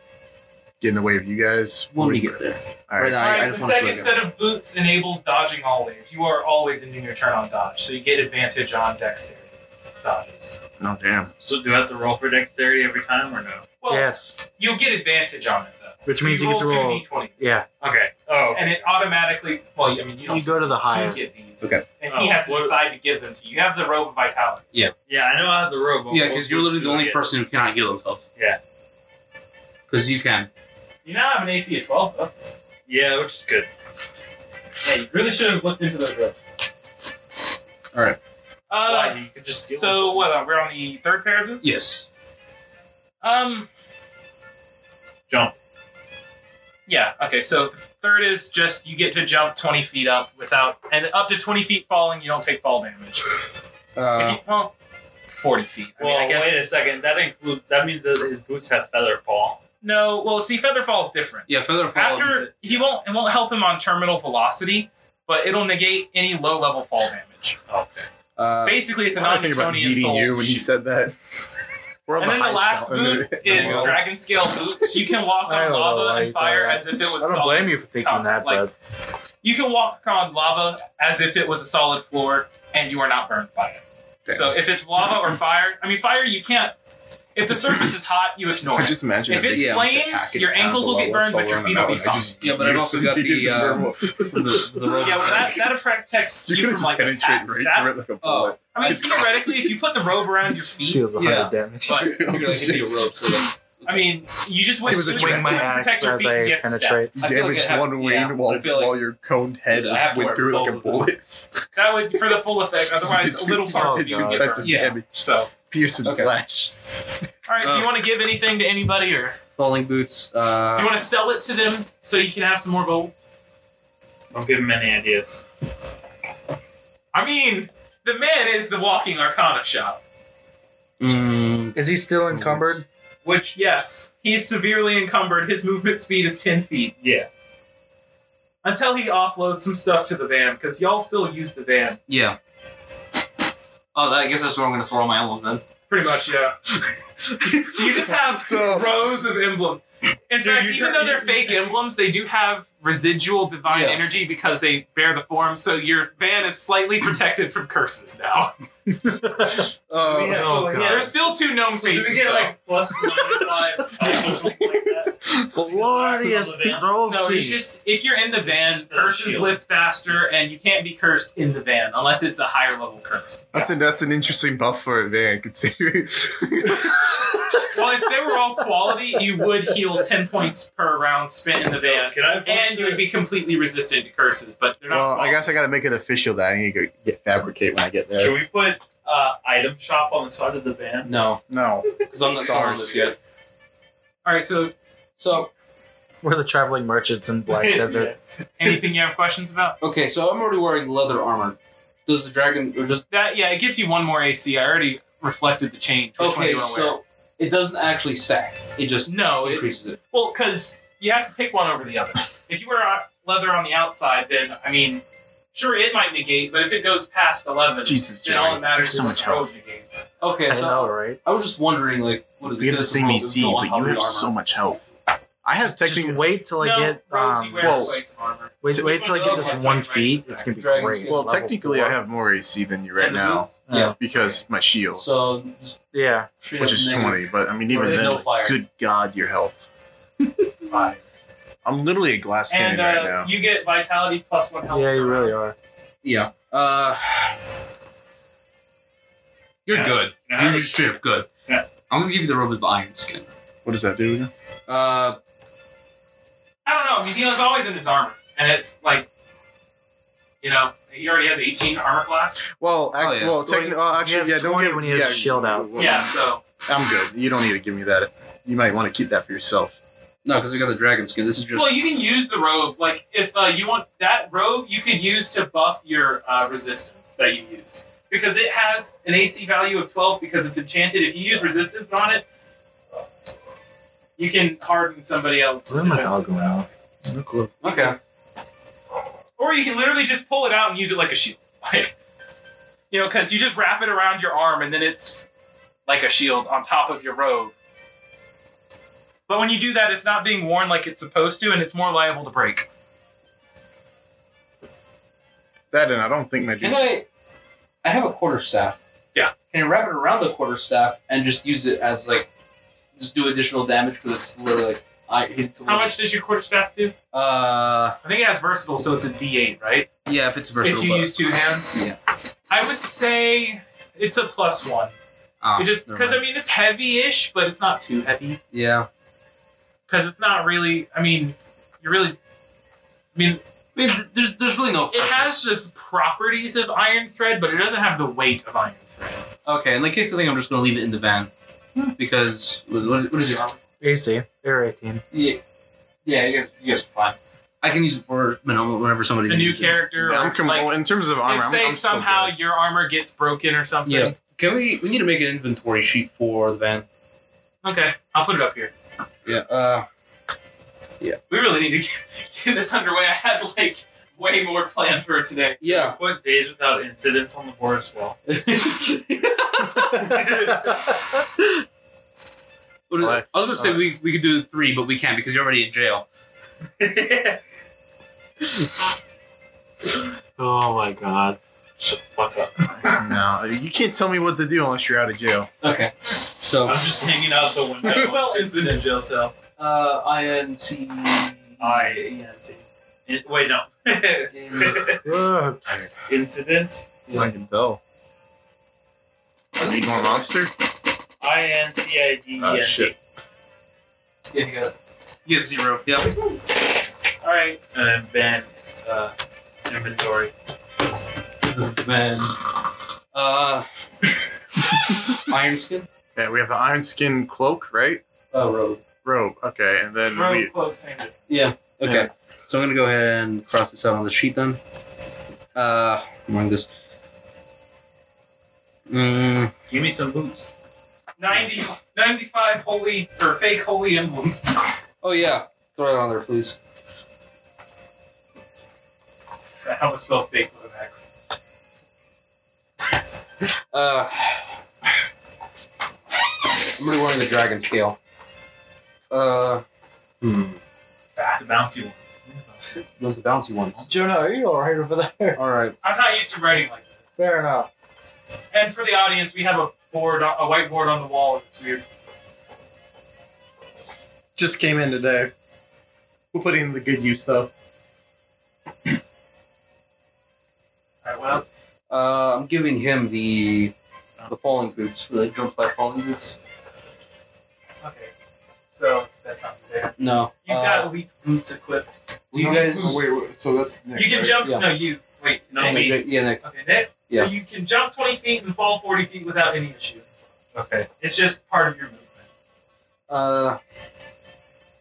C: get in the way of you guys?
B: When we get there,
C: All right.
B: now,
A: All
B: I-
A: right,
B: I just
A: the
B: wanna see
A: second
B: what
A: set of boots enables dodging always. You are always ending your turn on dodge, so you get advantage on dexterity dodges.
C: No, damn.
I: So do I have to roll for dexterity every time or no?
A: Well,
D: yes.
A: you'll get advantage on it though.
D: Which
A: So
D: means you
A: roll
D: get to roll-
A: two d20s.
D: Yeah.
I: Okay. Oh.
A: And it automatically, well, I mean, you don't
D: You go to the
A: you
D: higher.
A: get these.
B: Okay.
A: And he has to
I: Oh, what-
A: decide to give them to you. You have the robe of vitality.
I: Yeah, I know I have the robe. but
B: Yeah,
I: what
B: because you're
I: boots
B: literally the
I: do I
B: only
I: get?
B: person who cannot heal themselves.
I: Yeah.
B: Because you can.
A: You now have an AC of 12, though.
I: Yeah, which is good.
A: Yeah, you really should have looked into those robes.
B: All right.
A: Uh,
I: Why, you could just steal
A: so, what, uh, we're on the third pair of boots?
B: Yes.
A: Um.
I: Jump.
A: Yeah. Okay. So the third is just you get to jump twenty feet up without, and up to twenty feet falling, you don't take fall damage. if
B: Uh,
A: you, well, forty feet. I
I: uh, Well,
A: mean, I guess.
I: wait a second. That includes. That means that his boots have feather fall.
A: no. Well, see, feather fall is different.
B: yeah, feather fall. is-
A: After he won't, it won't help him on terminal velocity. but it'll negate any low level fall damage.
I: Okay.
C: Uh,
A: Basically, it's a
C: I was thinking about
A: non-Newtonian
C: beating
A: soul.
C: you when he
A: shoot.
C: said that. We're on
A: and then the
C: high
A: last
C: style.
A: boot is
C: Well,
A: dragon scale boots. You can walk
D: I
A: on
D: don't know
A: lava
D: why
A: and
D: you
A: fire
D: thought
A: as if it was.
D: I don't
A: solid.
D: blame you for thinking
A: com-
D: that,
A: like-
D: but
A: You can walk on lava as if it was a solid floor, and you are not burned by it.
C: Damn.
A: So if it's lava or fire, I mean fire, you can't. If the surface is hot, you ignore
C: I
A: it.
C: just imagine
A: If
C: they
A: it's
C: just
A: flames,
C: attack it
A: your
C: down
A: ankles will
C: below
A: get
C: us
A: burned,
C: while
A: but
C: we're
A: your
C: on the
A: feet will be
C: mountain. I
A: fine.
C: just
B: Yeah, but I've
C: yeet
B: also
C: them
B: got
C: to
B: the,
C: get to
B: uh,
C: where we'll-
B: The, the rope
A: Yeah, well, that that protects
C: You
A: you,
C: could have
A: from
C: just
A: like
C: penetrated
A: attacks.
C: right
A: That-
C: through it like a
B: Oh,
C: bullet.
A: I mean, theoretically, if you put the rope around your feet,
D: deals 100
B: Yeah.
D: damage.
B: but you're gonna hit me a rope. So like,
A: I mean, you just
D: I
A: wouldn't
C: was a
A: swing
D: swing my
A: you wouldn't
D: axe
A: protect your
D: as
A: feet 'cause
D: I
A: you have to step.
D: penetrate.
B: I feel like
C: Damage
B: it hap-
C: one wing
B: yeah, but I
C: while,
B: feel like-
C: while your coned head
B: I have to
C: went
B: wear
C: through like a
B: both of them.
C: bullet.
A: That would for the full effect. Otherwise,
C: Did
A: a
C: two-
A: little part
D: Oh,
A: would
C: did
A: be
C: two
D: God.
C: types
A: burned.
C: of
B: Yeah.
C: damage.
A: So,
C: Pierce and
B: Okay.
C: slash.
A: all right. do
B: Uh,
A: you want to give anything to anybody, or
B: falling boots. Uh,
A: do you want to sell it to them so you can have some more gold?
I: Don't give him any ideas.
A: I mean, the man is the walking Arcana shop.
B: mm,
D: Is he still encumbered?
A: Which, yes, he's severely encumbered. His movement speed is ten feet
I: Yeah.
A: until he offloads some stuff to the van because y'all still use the van.
B: yeah. Oh, that, I guess that's where I'm gonna swirl my emblem then.
A: Pretty much, yeah. you just have
C: So-
A: rows of emblem. In
I: Dude,
A: fact,
I: you
A: even
I: turn-
A: though they're
I: you-
A: fake emblems, they do have residual divine
B: Yeah.
A: energy because they bear the form. So your van is slightly protected from curses now.
C: Uh,
I: yeah,
D: oh,
I: so like,
D: God.
I: yeah,
A: There's
I: there's
A: still two gnome
I: so do
A: faces.
I: we get
A: though.
I: like plus ninety-five or something like that?
D: Glorious
I: Because-
D: throw
A: no, it's
D: piece.
A: just if you're in the van,
I: Just the
A: curses
I: shield.
A: lift faster, and you can't be cursed in the van unless it's a higher level curse.
C: That's, an, that's an interesting buff for a van, considering.
A: well, if they were all quality, you would heal ten points per round spent in the van,
I: Can I?
A: and you would be completely resistant to curses. But they're not.
C: well, I
A: quality.
C: guess I gotta make it official that I need to go get fabricate when I get
I: Can
C: there.
I: we put uh, item shop on the side of the van?
B: No,
C: No.
B: because I'm not selling this yet.
A: all right. So,
B: So
D: We're the traveling merchants in Black Desert.
A: anything you have questions about?
B: okay, so I'm already wearing leather armor. Does the dragon or does
A: That yeah, it gives you one more AC. I already reflected the change. Which one do
B: okay?
A: you wanna wear?
B: So it doesn't actually stack. It just
A: no, it,
B: increases it.
A: Well, because you have to pick one over the other. If you wear uh, leather on the outside, then I mean, sure, it might negate, but if it goes past eleven,
C: Jesus,
A: then all
C: Jerry.
A: that matters
C: There's so
A: is
C: much
A: the road
C: health.
A: negates.
B: Okay,
D: I
B: so
D: know, right?
B: I was just wondering, like, what is
C: We have the same AC, but you have so much health. I have
D: Just
C: technically.
D: wait till I
A: no,
D: get
A: roads, you
D: um,
A: wear
C: well,
A: a place of armor.
D: wait,
C: to-
D: wait till I get
B: Okay.
D: this one feet. It's gonna be
B: Dragon's
D: great.
B: Gate.
C: Well,
D: Level
C: technically,
D: four.
C: I have more AC than you right
A: And the
D: uh,
C: now
A: boots.
B: Yeah.
C: because my shield,
B: So just
D: yeah.
B: straight
C: which
B: up
C: is
B: negative.
C: 20, but I mean,
A: Well,
C: even
A: there's
C: then,
A: no
C: like,
B: fire.
C: good God, your health.
A: Five.
C: I'm literally a glass
A: And
C: cannon
A: uh,
C: right now.
A: you get vitality plus one health.
D: Yeah, you
A: per
D: really
A: round.
D: are.
B: Yeah. Uh, you're
I: Yeah.
B: good.
I: Yeah.
B: You're just straight up good.
I: Yeah.
B: I'm gonna give you the robe with the iron skin.
C: What does that do? again?
B: Uh,
A: I don't know. I mean, he was always in his armor, and it's like, you know, he already has eighteen armor class.
C: Well, ac-
B: Oh, yeah.
C: well, technically, well, actually,
D: has
C: yeah, don't
D: 20
C: give
D: when he has
C: yeah,
D: his shield out.
C: well,
A: yeah, so
C: I'm good. You don't need to give me that. You might want to keep that for yourself.
B: no, because we got the dragon skin. This is just
A: well, you can use the robe. Like, if uh, you want that robe, you can use to buff your uh, resistance that you use because it has an AC value of twelve because it's enchanted. If you use resistance on it, you can harden somebody else's
D: Where's my dog
A: defenses.
D: going
A: out.
D: on? No clue.
B: okay.
A: Or you can literally just pull it out and use it like a shield. Like, you know, because you just wrap it around your arm and then it's like a shield on top of your robe. But when you do that, it's not being worn like it's supposed to, and it's more liable to break.
C: That and I don't think my
B: Can
C: dude's
B: I? I have a quarter staff.
A: Yeah.
B: Can I wrap it around the quarter staff and just use it as like just do additional damage because it's literally like I it's a
A: How
B: little-
A: much does your quarterstaff do?
B: Uh,
A: I think it has versatile, so it's a D8, right?
B: yeah, if it's
A: if you use two hands.
B: Yeah.
A: I would say it's a plus one.
B: Ah,
A: It just because I mean it's heavy-ish, but it's not too heavy
B: yeah.
A: because it's not really. I mean, you're really. I mean,
B: I mean, th- there's there's really no.
A: it has
B: purpose.
A: the properties of iron thread, but it doesn't have the weight of iron thread.
B: Okay, in that case, I think I'm just gonna leave it in the van Hmm. because what, what what is it?
D: AC, air 18.
B: Yeah, yeah, you guys, you guys are fine. I can use it for you know, whenever somebody
A: A new
B: needs it.
A: character,
C: I'm
A: or
C: com-
A: like,
C: well, in terms of armor.
A: if
C: I'm-
A: say
C: I'm still
A: somehow
C: good.
A: your armor gets broken or something.
B: Yeah, can we? We need to make an inventory sheet for the van.
A: Okay, I'll put it up here.
B: Yeah. Uh,
A: We really need to get, get this underway. I had like way more planned for today.
B: Yeah.
I: What days without incidents on the board as well?
D: Oh
B: What is it?
D: Alright.
B: I was gonna say we, we could do three, but we can't because you're already in jail.
D: Oh my god.
I: Shut the fuck up.
C: No, you can't tell me what to do unless you're out of jail.
B: Okay. So
I: I'm just hanging out the window.
A: Well,
I: incident jail cell.
G: Uh, INC.
I: I E N T. In- Wait, no.
D: Ugh.
I: Incident.
C: I can tell. Are you going monster?
I: I N C I D E
C: Ah,
I: N T.
C: shit.
G: Yeah, you got it.
B: you get zero. Yep.
I: All right. And then ban uh, inventory.
B: Then uh Iron Skin. Oh,
C: Yeah, we have the iron skin cloak, right?
G: Uh, rogue.
C: Robe. Okay, and then
I: Rogue
C: we.
I: cloak, same difference.
B: Okay. So I'm gonna go ahead and cross this out on the sheet then. Uh among this. Mm,
I: Give me some boots.
A: 90, 95 holy or fake holy emblems.
B: oh yeah. Throw it on there, please.
A: How would spell fake with an X?
B: Uh
G: I'm really wearing the dragon scale. Uh, hmm.
I: The bouncy ones.
G: Those are the bouncy ones.
F: Jonah, are you alright over there?
G: All right.
A: I'm not used to writing like this.
F: Fair enough.
A: And for the audience, we have a board, a whiteboard on the wall. and It's weird.
C: Just came in today. We'll put it in the good use, though.
A: All right, what else?
G: Uh, I'm giving him the the falling boots, the jump fly falling boots.
A: Okay, so that's not there.
G: No.
A: You've
G: uh,
A: got elite boots equipped.
G: Do you
C: No,
G: guys?
C: oh, wait, wait, so that's Nick,
A: You can
C: right?
A: jump.
G: Yeah.
A: No, you. Wait, no,
G: Yeah,
A: me.
G: Nick- yeah, Nick.
A: Okay, Nick.
G: Yeah.
A: So you can jump 20 feet and fall 40 feet without any issue.
I: Okay.
A: It's just part of your movement.
G: Uh,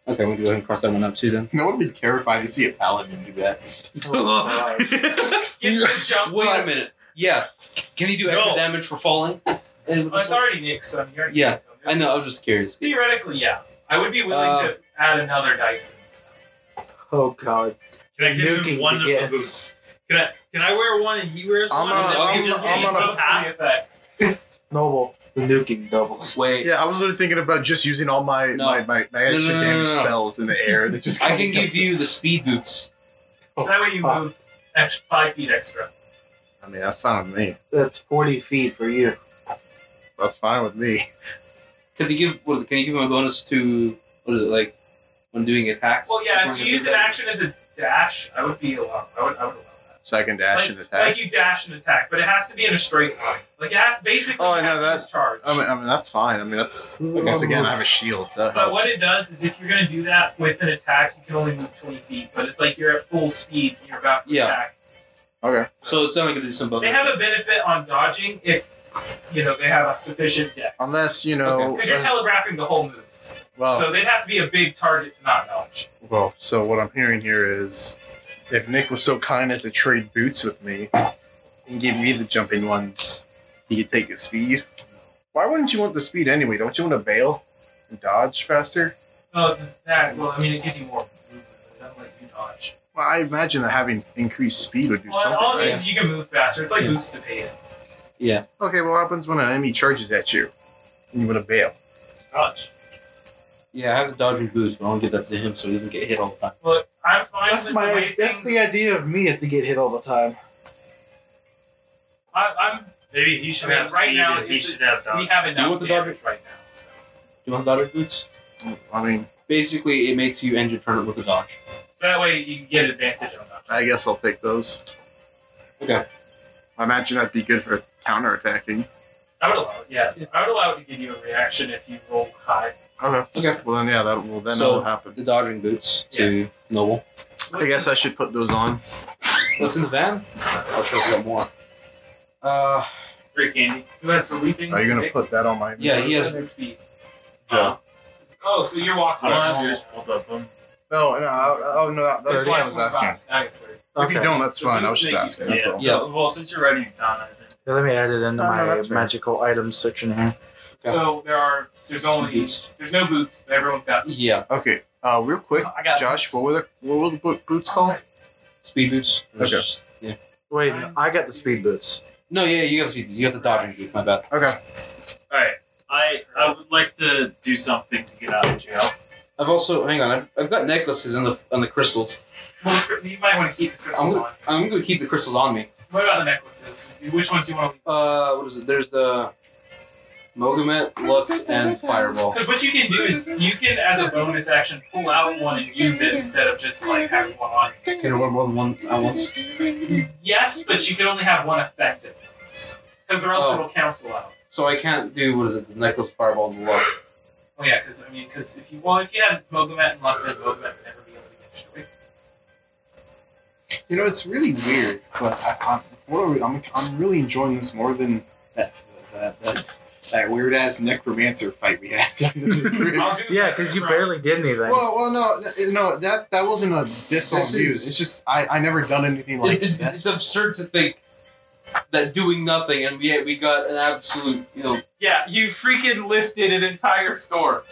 G: okay, I'm gonna go ahead and cross that one up too. Then
C: That would be terrifying to see a paladin do that.
D: Oh,
A: Gives you a jump.
B: Wait a minute. Yeah. Can he do extra
A: No.
B: damage for falling?
A: Oh, it's already Nick's son. You already
B: Yeah,
A: gave it to him.
B: I know, I was just curious.
A: Theoretically, yeah. I would be willing
B: Uh,
A: to add another dice.
F: Oh god.
I: Can I give him
F: Nuking
I: one of
F: begins.
I: the boots? Can I can I wear one and he wears
C: I'm
I: one?
C: gonna-
I: and then
C: I'm-
I: we just
C: I'm
I: we just
C: gonna-
I: both have-
A: effect.
F: Noble. The nuking doubles.
B: Wait.
C: Yeah, I was really thinking about just using all my
B: No.
C: my, my, my
B: No, no,
C: extra
B: no, no,
C: damage
B: no, no.
C: spells in the air. That just
B: I can give you the speed boots.
A: So that way you
F: Oh,
A: move extra, five feet extra.
C: I mean, that's fine with me.
F: That's 40 feet for you.
C: That's fine with me.
B: Can they give? What is it? Can you give him a bonus to? What is it like when doing attacks?
A: Well, yeah,
B: When
A: if you
B: it's
A: use an
B: attack?
A: action as a dash, I would be allowed. I would, I would allow that.
C: So I can dash and attack.
A: Like you dash and attack, but it has to be in a straight line. Like it has basically.
C: Oh, I
A: it
C: know
A: has to
C: that.
A: just Charge.
C: I mean, I mean, that's fine. I mean, that's once again, I have a shield. So that
A: But
C: helps.
A: what it does is if you're going to do that with an attack, you can only move 20 feet, but it's like you're at full speed and you're about to
B: Yeah.
A: attack.
C: Okay.
B: So it's not like do some bonus.
A: They have a benefit on dodging if, you know, they have a sufficient dex.
C: Unless you know,
A: Because you're telegraphing the whole move.
C: well,
A: So they'd have to be a big target to not dodge.
C: well. So what I'm hearing here is, if Nick was so kind as to trade boots with me and give me the jumping ones, he could take his speed. Why wouldn't you want the speed anyway? Don't you want to bail and dodge faster?
A: Oh, it's that. Well, I mean, it gives you more movement, but it doesn't let you dodge.
C: Well, I imagine that having increased speed would do
A: Well, and
C: something.
A: all it
C: right?
A: is is you can move faster. It's like
B: Yeah.
A: boost to pace.
C: Okay, well, what happens when an enemy charges at you and you want to bail?
I: Gosh.
B: yeah, I have the dodging boots, but I don't give that to him, so he doesn't get hit all the time.
A: Look, I'm fine
F: That's
A: with the way
F: my. That's
A: things-
F: the idea of me is to get hit all the time.
A: I, I'm.
I: Maybe he
A: I
I: should
A: mean,
I: have
A: right
I: speed
A: now,
I: and he
A: it's,
I: should have
A: it's, we
I: dodge.
A: have
B: Do you
A: enough
B: want the
A: damage right now. So.
B: Do you want dodging boots?
C: I mean,
B: Basically, it makes you end your turn with a dodge.
A: so that way you can get advantage on that.
C: I guess I'll take those.
B: Okay.
C: I imagine that'd be good for counterattacking.
A: I would allow it. Yeah, I would allow it to give you a reaction if you roll high.
C: Okay.
B: Okay.
C: Well, then, yeah, that will then
B: So-
C: that'll happen.
B: The dodging boots to Noble.
C: I guess I should put those on.
B: What's in the van? I'll show you more. Uh,
I: Free candy.
A: Who has the leaping?
C: Are you gonna put that on my?
B: Yeah, he has-
A: speed.
B: Joe.
A: Oh, so your walk's
I: I
A: one.
I: don't know, just pulled up on-
C: No, no. Oh no, that, that's why I was asking.
A: Now it's thirty.
C: If you don't, that's fine. I was just asking. That's all.
B: Yeah.
I: Well, since you're writing it down, I think.
F: Yeah, let me add it into
C: No, no,
F: my
C: that's fair.
F: magical items section here.
B: Yeah.
A: So there are. There's only. There's no boots. Everyone's got.
B: Yeah.
C: Okay. Uh, real quick,
A: I got
C: Josh,
A: boots.
C: what were the what were the bo- boots called?
B: speed boots.
C: Okay.
D: Wait, I got the speed boots.
B: No, yeah, you got the speed. You got the dodging boots. My bad.
C: Okay.
I: All right. I I would like to do something to get out of jail.
B: I've also hang on. I've, I've got necklaces and the and the crystals.
J: Well, you might want to keep the
B: I'm
J: crystals
B: gonna,
J: on.
B: I'm gonna keep the crystals on me.
J: What about the necklaces? Which ones do you want to
B: Uh, what is it? There's the Mogamet, Lux, and Fireball.
J: Because what you can do is you can, as a bonus action, pull out one and use it instead of just like having one on.
B: Can I wear more than one at once?
J: Yes, but you can only have one effective. Because or else
B: Oh.
J: it'll cancel out.
B: So I can't do what is it? The necklace, Fireball, and the Lux.
J: Oh yeah, because I mean, because if you well, if you had Mogomet and Luck, then Mogomet would never be able to get destroyed.
G: You know, it's really weird, but I, I'm, what are we, I'm I'm really enjoying this more than that that that, that weird ass necromancer fight we had. well,
D: Yeah, because you barely did anything.
G: well, no, no, no, that that wasn't a diss on
B: This
G: you.
B: is-
G: It's just I I never done anything like
B: It's, it's,
G: that.
B: it's absurd to think that doing nothing and yet we got an absolute, you know,
A: Yeah, you freaking lifted an entire store.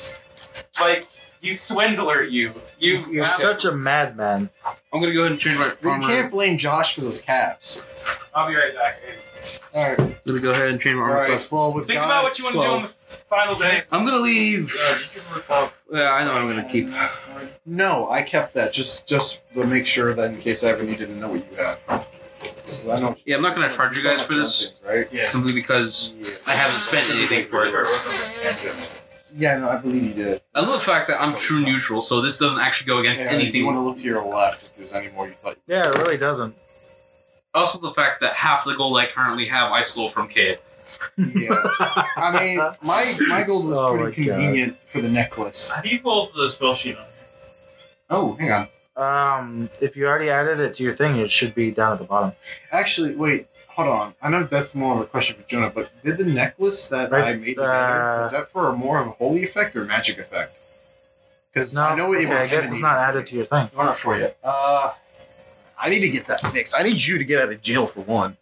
A: Like, you swindler, you. You.
D: You're such a madman.
B: I'm gonna go ahead and change my
G: We
B: armor.
G: can't blame Josh for those calves.
A: I'll be right back.
G: All right,
B: Let me go ahead and change my
G: all
B: armor
G: right.
B: class.
G: Well, with
A: Think
G: God,
A: about what you want to do on the final day.
B: I'm gonna leave.
J: Uh, you can recall.
B: Yeah, I know what I'm gonna keep.
G: no, I kept that just just to make sure that in case I ever needed to know what you had. 'Cause I know-
B: Yeah, I'm not gonna charge you guys for this
G: Things, right?
J: Yeah.
B: simply because
G: Yeah.
B: I haven't spent anything for it.
G: Yeah, no, I believe you did.
B: I love the fact that I'm true neutral, so this doesn't actually go against
G: Yeah, You want
B: anything.
G: to look to your left if there's any more you thought.
D: Yeah, it really doesn't.
B: Also, the fact that half the gold I currently have, I stole from Cade.
G: Yeah. I mean, my my gold was
D: Oh my
G: pretty
D: God.
G: convenient for the necklace.
I: How do you pull up the spell sheet on?
B: Oh, hang on.
D: Um, if you already added it to your thing, it should be down at the bottom.
G: Actually, wait, hold on. I know that's more of a question for Jonah, but did the necklace that I
D: Right,
G: made together
D: uh,
G: is that for a more of a holy effect or magic effect? Because
D: No,
G: I know it
D: okay,
G: was.
D: I guess
G: emanating
D: it's not
G: from
D: added
G: me.
D: to your thing.
G: We're not sure yet.
B: Uh,
C: I need to get that fixed. I need you to get out of jail for one.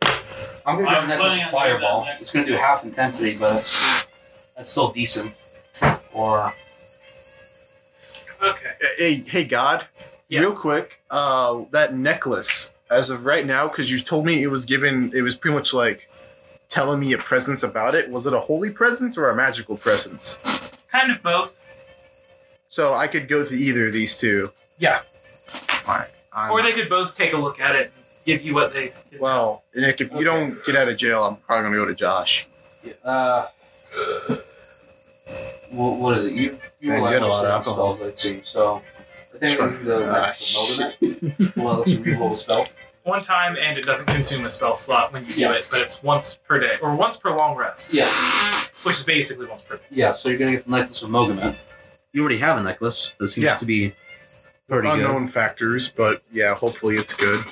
B: I'm gonna grab
I: I'm
B: necklace
I: planning on
B: fireball.
I: doing that next.
B: It's gonna do half intensity, but it's, that's still decent. Or
I: Okay.
C: Hey, hey, God,
A: Yeah.
C: real quick, uh, that necklace as of right now, because you told me it was given, it was pretty much like telling me a presence about it. Was it a holy presence or a magical presence?
J: Kind of both,
C: So I could go to either of these two.
A: Yeah.
C: All right. I'm-
J: or they could both take a look at it and give you what they. Can
C: well, Nick, if you don't get out of jail, I'm probably gonna go to Josh.
B: uh, what, what is it? You you
C: Man,
B: were
C: you
B: like
C: had a lot of
B: most of the
C: alcohol.
B: spells, it seems. So I think
C: Sure.
B: we do the
C: Ah,
B: necklace of Moldavite. Well, let's re-roll the spell.
A: One time, and it doesn't consume a spell slot when you
B: Yeah.
A: do it, but it's once per day, or once per long rest,
B: Yeah,
A: which is basically once per day.
B: yeah. So you're gonna get the necklace of Mogamet. You already have a necklace. That seems
C: Yeah.
B: to be pretty
C: Unknown factors, but yeah, hopefully it's good.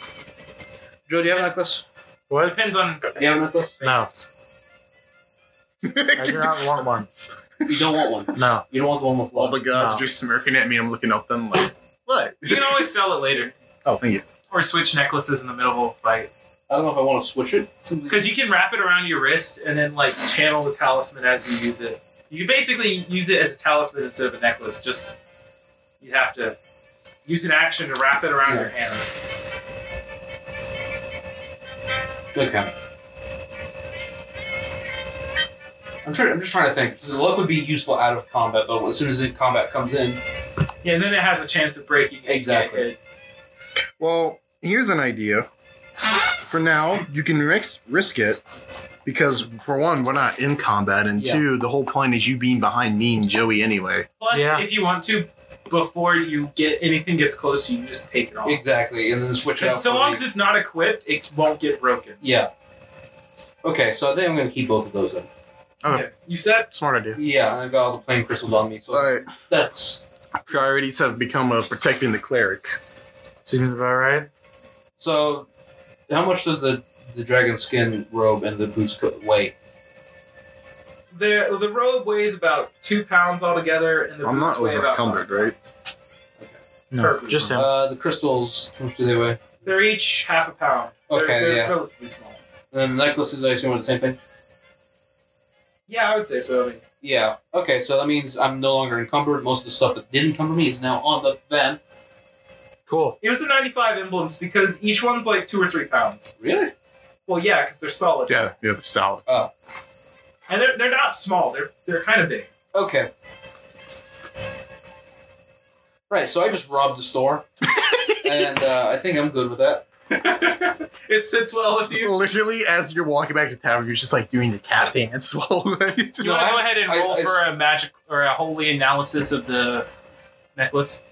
B: Joe, do you have a necklace?
D: What?
A: Depends on.
B: Do you have a necklace?
D: No, I do not want one.
B: You don't want one.
D: No.
B: You don't want the one with
C: All the
B: love.
C: guys
D: No.
C: are just smirking at me. I'm looking up them like, what?
A: You can always sell it later,
C: Oh, thank you.
A: or switch necklaces in the middle of a fight.
B: I don't know if I want to switch it.
A: Because you can wrap it around your wrist and then like channel the talisman as you use it. You basically use it as a talisman instead of a necklace. Just you have to use an action to wrap it around your hand.
B: Okay. I'm trying. I'm just trying to think. Because the luck would be useful out of combat, but as soon as the combat comes in,
A: Yeah, and then it has a chance of breaking. if you get
B: Exactly.
A: hit.
C: Well, here's an idea. For now, you can risk risk it because for one, we're not in combat, and
B: Yeah.
C: two, the whole point is you being behind me and Joey anyway.
A: Plus,
D: Yeah.
A: if you want to, before you get anything gets close to you, you just take it off.
B: exactly, and then switch it
A: 'Cause
B: out.
A: so
B: for
A: long
B: the-
A: as it's not equipped, it won't get broken.
B: yeah. Okay, so I think I'm gonna keep both of those then.
C: Okay.
B: Oh.
A: Yeah. You said
D: Smart idea.
B: Yeah, and I've got all the plain crystals on me, so
C: But
B: that's
C: priorities have become a protecting the cleric.
D: Seems about right.
B: so. How much does the the dragon skin robe and the boots co- weigh?
A: the the robe weighs about two pounds altogether, and the
C: I'm
A: boots
C: not
A: weigh
C: over
A: about five
C: encumbered, right?
D: No,
A: Perfect.
D: just him.
B: Uh, the crystals, how much do they weigh?
A: They're each half a pound.
B: Okay,
A: they're, they're
B: yeah.
A: relatively small.
B: And the necklaces, I assume, are the same thing.
A: Yeah, I would say so. I mean,
B: Yeah. Okay, so that means I'm no longer encumbered. Most of the stuff that did encumber me is now on the van.
D: Cool.
A: It was the 95 emblems because each one's like two or three pounds.
B: Really?
A: Well, yeah, because they're solid.
C: Yeah, yeah, they're solid.
A: And they're, they're not small, they're, they're kind of big.
B: Okay. Right, so I just robbed the store, and uh, I think I'm good with that.
A: it sits well with you.
C: Literally, as you're walking back to the tavern, you're just like doing the tap dance while.
A: Do you
B: No,
A: want to
B: I-
A: go ahead and
B: I-
A: roll
B: I-
A: for a magic or a holy analysis of the necklace?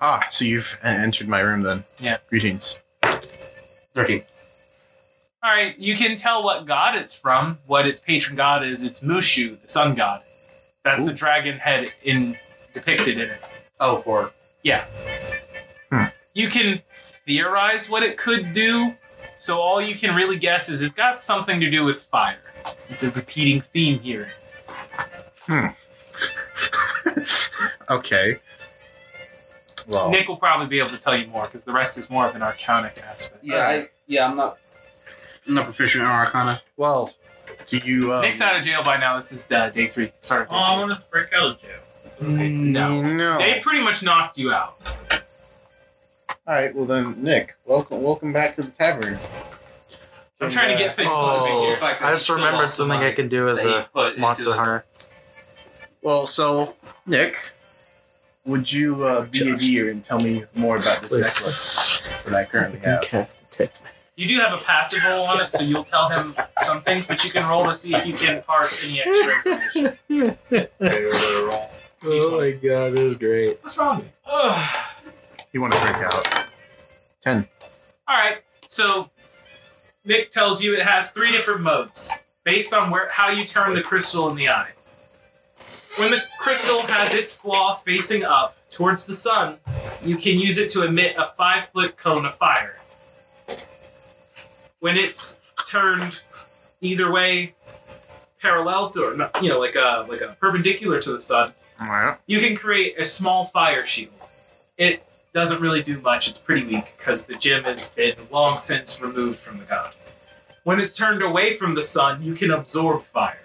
C: ah, so you've en- entered my room then.
A: Yeah.
C: Greetings.
B: Thirteen.
A: All right, you can tell what god it's from, what its patron god is. It's Mushu, the sun god. That's the
C: Ooh.
A: dragon head in depicted in it.
B: Oh, four.
A: You can theorize what it could do. So all you can really guess is it's got something to do with fire. It's a repeating theme here.
C: Okay. Well,
A: Nick will probably be able to tell you more because the rest is more of an arcanic aspect.
B: Yeah, I, yeah, I'm not. I'm not proficient in Arcana.
C: well, do you? Um,
A: Nick's out of jail by now. This is uh, day three. Sorry.
I: Oh, I want to break out of jail.
A: no.
C: No.
A: They pretty much knocked you out.
G: All right, well then, Nick, welcome, welcome back to the tavern.
A: I'm trying to get things
D: Oh.
A: moving here.
B: fact, that
D: I
B: you
D: just
B: still
D: remembered
B: lost the
D: something I
B: money
D: can do as
B: that you
A: uh,
D: a
B: put into
D: monster
B: the-
D: hunter.
C: Well, so Nick,
G: Would you uh, be a deer and tell me more about this
D: Wait.
G: necklace that I currently have?
A: You do have a passive roll on it, so you'll tell him some things, but you can roll to see if you can parse any extra information.
D: Oh my god, that was great.
A: What's wrong with you? Ugh.
C: you want to break out?
A: All right. So Nick tells you it has three different modes based on where how you turn the crystal in the eye. When the crystal has its claw facing up towards the sun, you can use it to emit a five foot cone of fire. When it's turned either way, parallel to or not, you know like a like a perpendicular to the sun,
C: All right.
A: you can create a small fire shield. It doesn't really do much. It's pretty weak because the gem has been long since removed from the god. When it's turned away from the sun, you can absorb fire.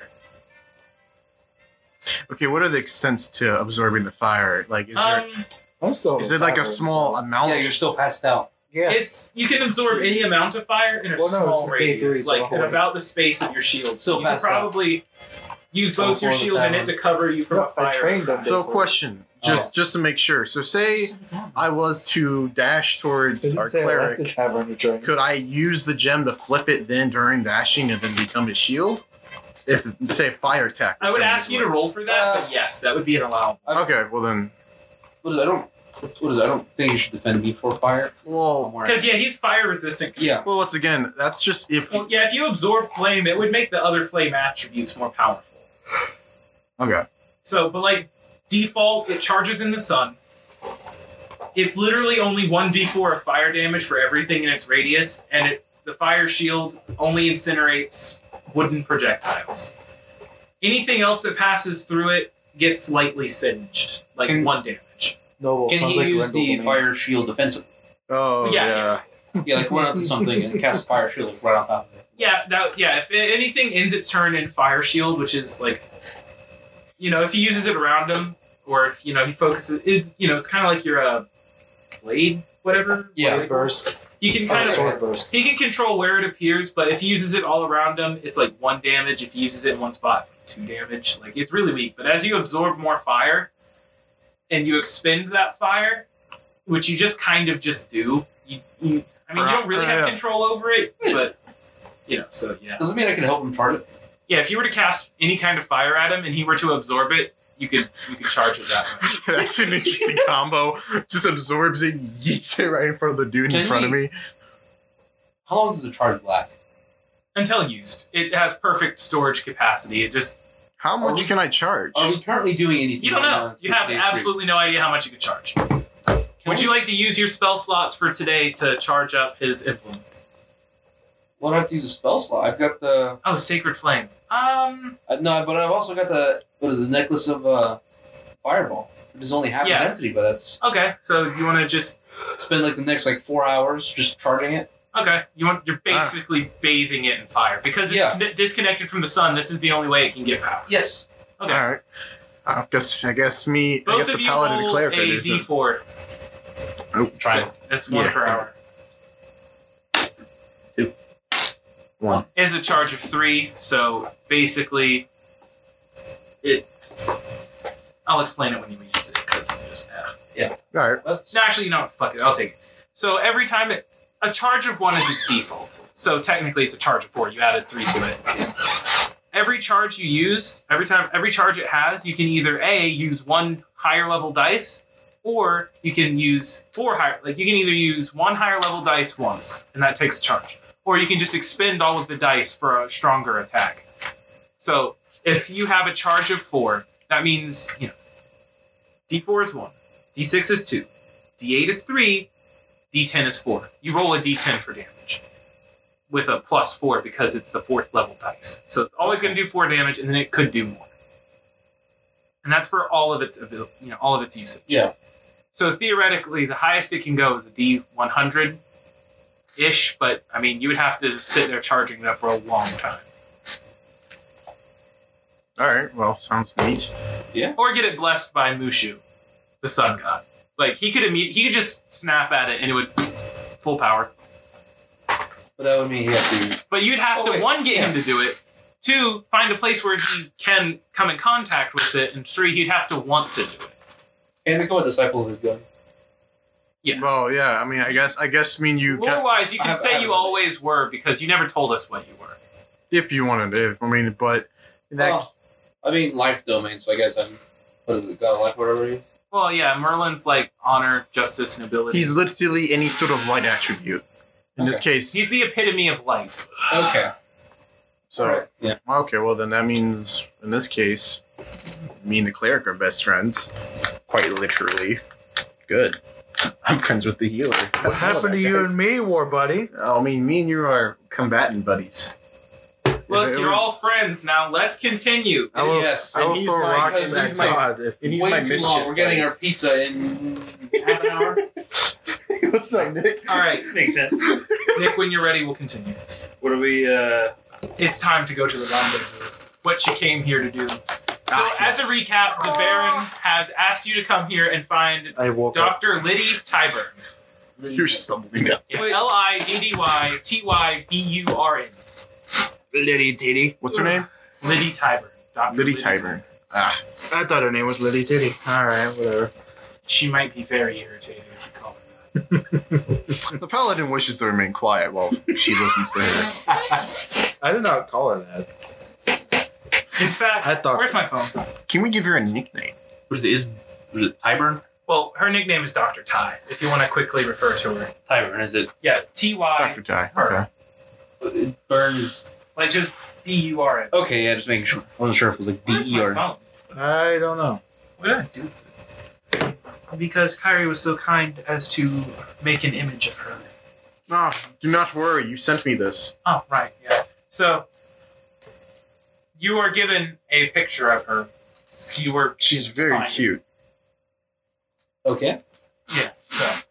C: Okay. What are the extents to absorbing the fire? Like, is there
A: Um,
F: I'm still.
C: is it like a small amount?
B: Yeah, you're still passed out.
F: Yeah.
A: It's you can absorb any amount of fire in a
F: Well, no,
A: small
F: it's day
A: radius,
F: three, so
A: like
F: I'll
A: in
F: hold it.
A: about the space of your shield.
B: So
A: you can
B: passed out.
A: probably use
B: So
A: both your
B: for the
A: shield and it
B: tavern.
A: to cover you from
F: Yeah,
A: a
F: I
A: fire.
F: trained them.
C: so, question,
B: Oh.
C: just just to make sure. So, say I was to dash towards
F: Does
C: our
F: it say I left
C: cleric.
F: the tavern to drink?
C: could I use the gem to flip it then during dashing and then become his shield? If say a fire attack. was
A: I would
C: coming
A: ask
C: his
A: you to
C: way.
A: roll for that,
B: Uh,
A: but yes, that would be an allowable.
C: Okay, well then,
B: What is? I don't. What is? I don't think you should defend me for fire. I'm
C: well,
B: wearing-
A: Because yeah, he's fire resistant.
B: yeah.
C: well once again, that's just if.
A: Well, yeah, if you absorb flame, it would make the other flame attributes more powerful.
C: Okay,
A: So, but like default, it charges in the sun. It's literally only one d4 of fire damage for everything in its radius, and it, the fire shield only incinerates wooden projectiles. Anything else that passes through it gets slightly singed, like
B: Can-
A: one damage.
F: Noble.
B: Can
F: sounds
B: he
F: like
B: use
F: Rendell
B: the
F: to me.
B: fire shield defensively?
C: oh
A: Yeah,
C: yeah.
B: Yeah, like run up to something and cast fire shield like, right on top of it.
A: Yeah, that, yeah. If anything ends its turn in fire shield, which is like, you know, if he uses it around him, or if you know he focuses, it, you know, it's kind of like you're a blade, whatever.
B: Yeah.
A: blade.
F: burst.
A: You can
F: Oh,
A: kind of
F: sword burst.
A: He can control where it appears, but if he uses it all around him, it's like one damage. If he uses it in one spot, it's like two damage. Like it's really weak. But as you absorb more fire, and you expend that fire, which you just kind of just do, you, you I mean, you don't really have
C: Yeah.
A: control over it, but you know. So yeah,
B: Doesn't mean I can help him charge it.
A: yeah. If you were to cast any kind of fire at him, and he were to absorb it, you could you could charge it that way.
C: That's an interesting combo. Just absorbs it, yeets it right in front of the dude
B: Can
C: in front of
B: we-
C: me.
B: How long does the charge last?
A: Until used, it has perfect storage capacity. It just
C: How much
B: we-
C: can I charge?
B: Are we currently doing anything?
A: you don't
B: right
A: know.
B: now?
A: You have
B: Day three.
A: absolutely no idea how much you could charge.
B: Can
A: Would
B: we
A: you like
B: s-
A: to use your spell slots for today to charge up his emblem?
B: Well, I don't have to use a spell slot. I've got the
A: Oh, sacred flame. Um,
B: uh, no, but I've also got the what is it, the necklace of uh, fireball. It is only half
A: Yeah.
B: intensity, but that's
A: okay. So you want to just
B: spend like the next like four hours just charging it.
A: okay? You want you're basically bathing it in fire because it's
B: Yeah.
A: con- disconnected from the sun. This is the only way it can get power.
B: Yes.
A: Okay.
C: All right. I guess I guess me. I
A: Both
C: guess
A: of
C: the
A: you
C: paladin and
A: roll
C: cleric.
A: a
C: are
A: d4.
C: doing something. Oh,
A: Try it. It's one
C: Yeah.
A: per hour.
C: One.
A: Is a charge of three, so basically, it. I'll explain it when you use it because just uh,
C: All right.
A: no, actually, you know, what? fuck it, I'll take it. So every time it, a charge of one is its default. So technically, it's a charge of four. You added three to it. Every charge you use, every time, every charge it has, you can either a use one higher level dice, or you can use four higher. Like you can either use one higher level dice once, and that takes a charge, or you can just expend all of the dice for a stronger attack. So if you have a charge of four, that means you know, d4 is one, d6 is two, D8 is three, D10 is four. You roll a D10 for damage with a plus four because it's the fourth level dice. So it's always going to do four damage, and then it could do more. And that's for all of its abil- you know all of its usage.
B: Yeah.
A: So theoretically, the highest it can go is a D100 ish, but I mean, you would have to sit there charging that for a long time,
C: All right. Well, sounds neat.
A: or get it blessed by Mushu, the sun god. Like he could imme- he could just snap at it and it would full power.
B: But that would mean you have to.
A: But you'd have
B: Oh,
A: to
B: wait.
A: one get him to do it, two find a place where he can come in contact with it, and three he'd have to want to do it.
B: And become a disciple of his gun.
A: Yeah.
C: Well, yeah. I mean, I guess. I guess. I mean, you.
A: Lore
C: Ca-
A: wise, you
B: I
A: can
B: have- I
A: say
B: have
A: you
B: another.
A: always were because you never told us what you were.
C: if you wanted to. I mean, but that.
A: Oh,
B: Well, I mean, life domain, so I guess I'm. What is it, God of Life, whatever it is?
A: Well, yeah, Merlin's like honor, justice, and ability.
C: He's literally any sort of light attribute. In this case,
A: He's the epitome of light.
B: Okay.
C: so
B: Alright, Yeah.
C: okay. Well, then that means in this case, me and the cleric are best friends, quite literally. Good. I'm friends with the healer.
D: What happened to you and me, war buddy?
C: I mean, me and you are combatant buddies.
A: Look,
C: If it
A: you're
C: was-
A: all friends now. Let's continue.
D: I will,
B: Yes,
D: I
C: and
D: will
C: he's
D: throw
C: my-
D: rocks
B: this is
D: at
B: my-
D: God if
C: and he's
B: Way
C: my
B: too
C: mischief
B: long. We're getting
C: buddy.
B: our pizza in half an hour.
G: What's up, Nick?
A: All right,
I: Makes sense.
A: Nick, when you're ready, we'll continue.
I: What are we? uh...
A: It's time to go to the rendezvous. What she came here to do. So,
C: Ah,
A: as a recap, the Baron has asked you to come here and find
D: I woke up.
A: Dr. Liddy Tyburn.
C: You're stumbling up.
B: Wait.
A: L I D D Y T Y B U R N.
D: Liddy Titty.
C: What's her name?
A: Liddy Tyburn. Dr.
C: Liddy Tyburn. Ah,
D: I thought her name was Liddy Titty. All right, whatever.
A: She might be very irritated if you call her that.
C: the paladin wishes to remain quiet while she listens to her.
D: I did not call her that.
A: In fact,
D: I thought-
A: where's my phone?
C: Can we give her a nickname?
B: Was it, is, was it Tyburn?
A: Well, her nickname is Dr. Ty, if you want to quickly refer to her.
B: Tyburn, is it?
A: Yeah, T Y,
C: Doctor Ty.
A: Her.
C: Okay.
B: Burn is.
A: like just B U R N.
B: Okay, yeah, just making sure. I wasn't sure if it was like B
A: Where's
B: E
A: my
B: or.
A: phone?
D: I don't know.
A: What did I do with it? Because Kyrie was so kind as to make an image of her.
C: No, Ah, do not worry. You sent me this.
A: Oh, right, yeah. So, you are given a picture of her. You were
C: She's very
A: Fine.
C: cute.
B: Okay.
A: Yeah. So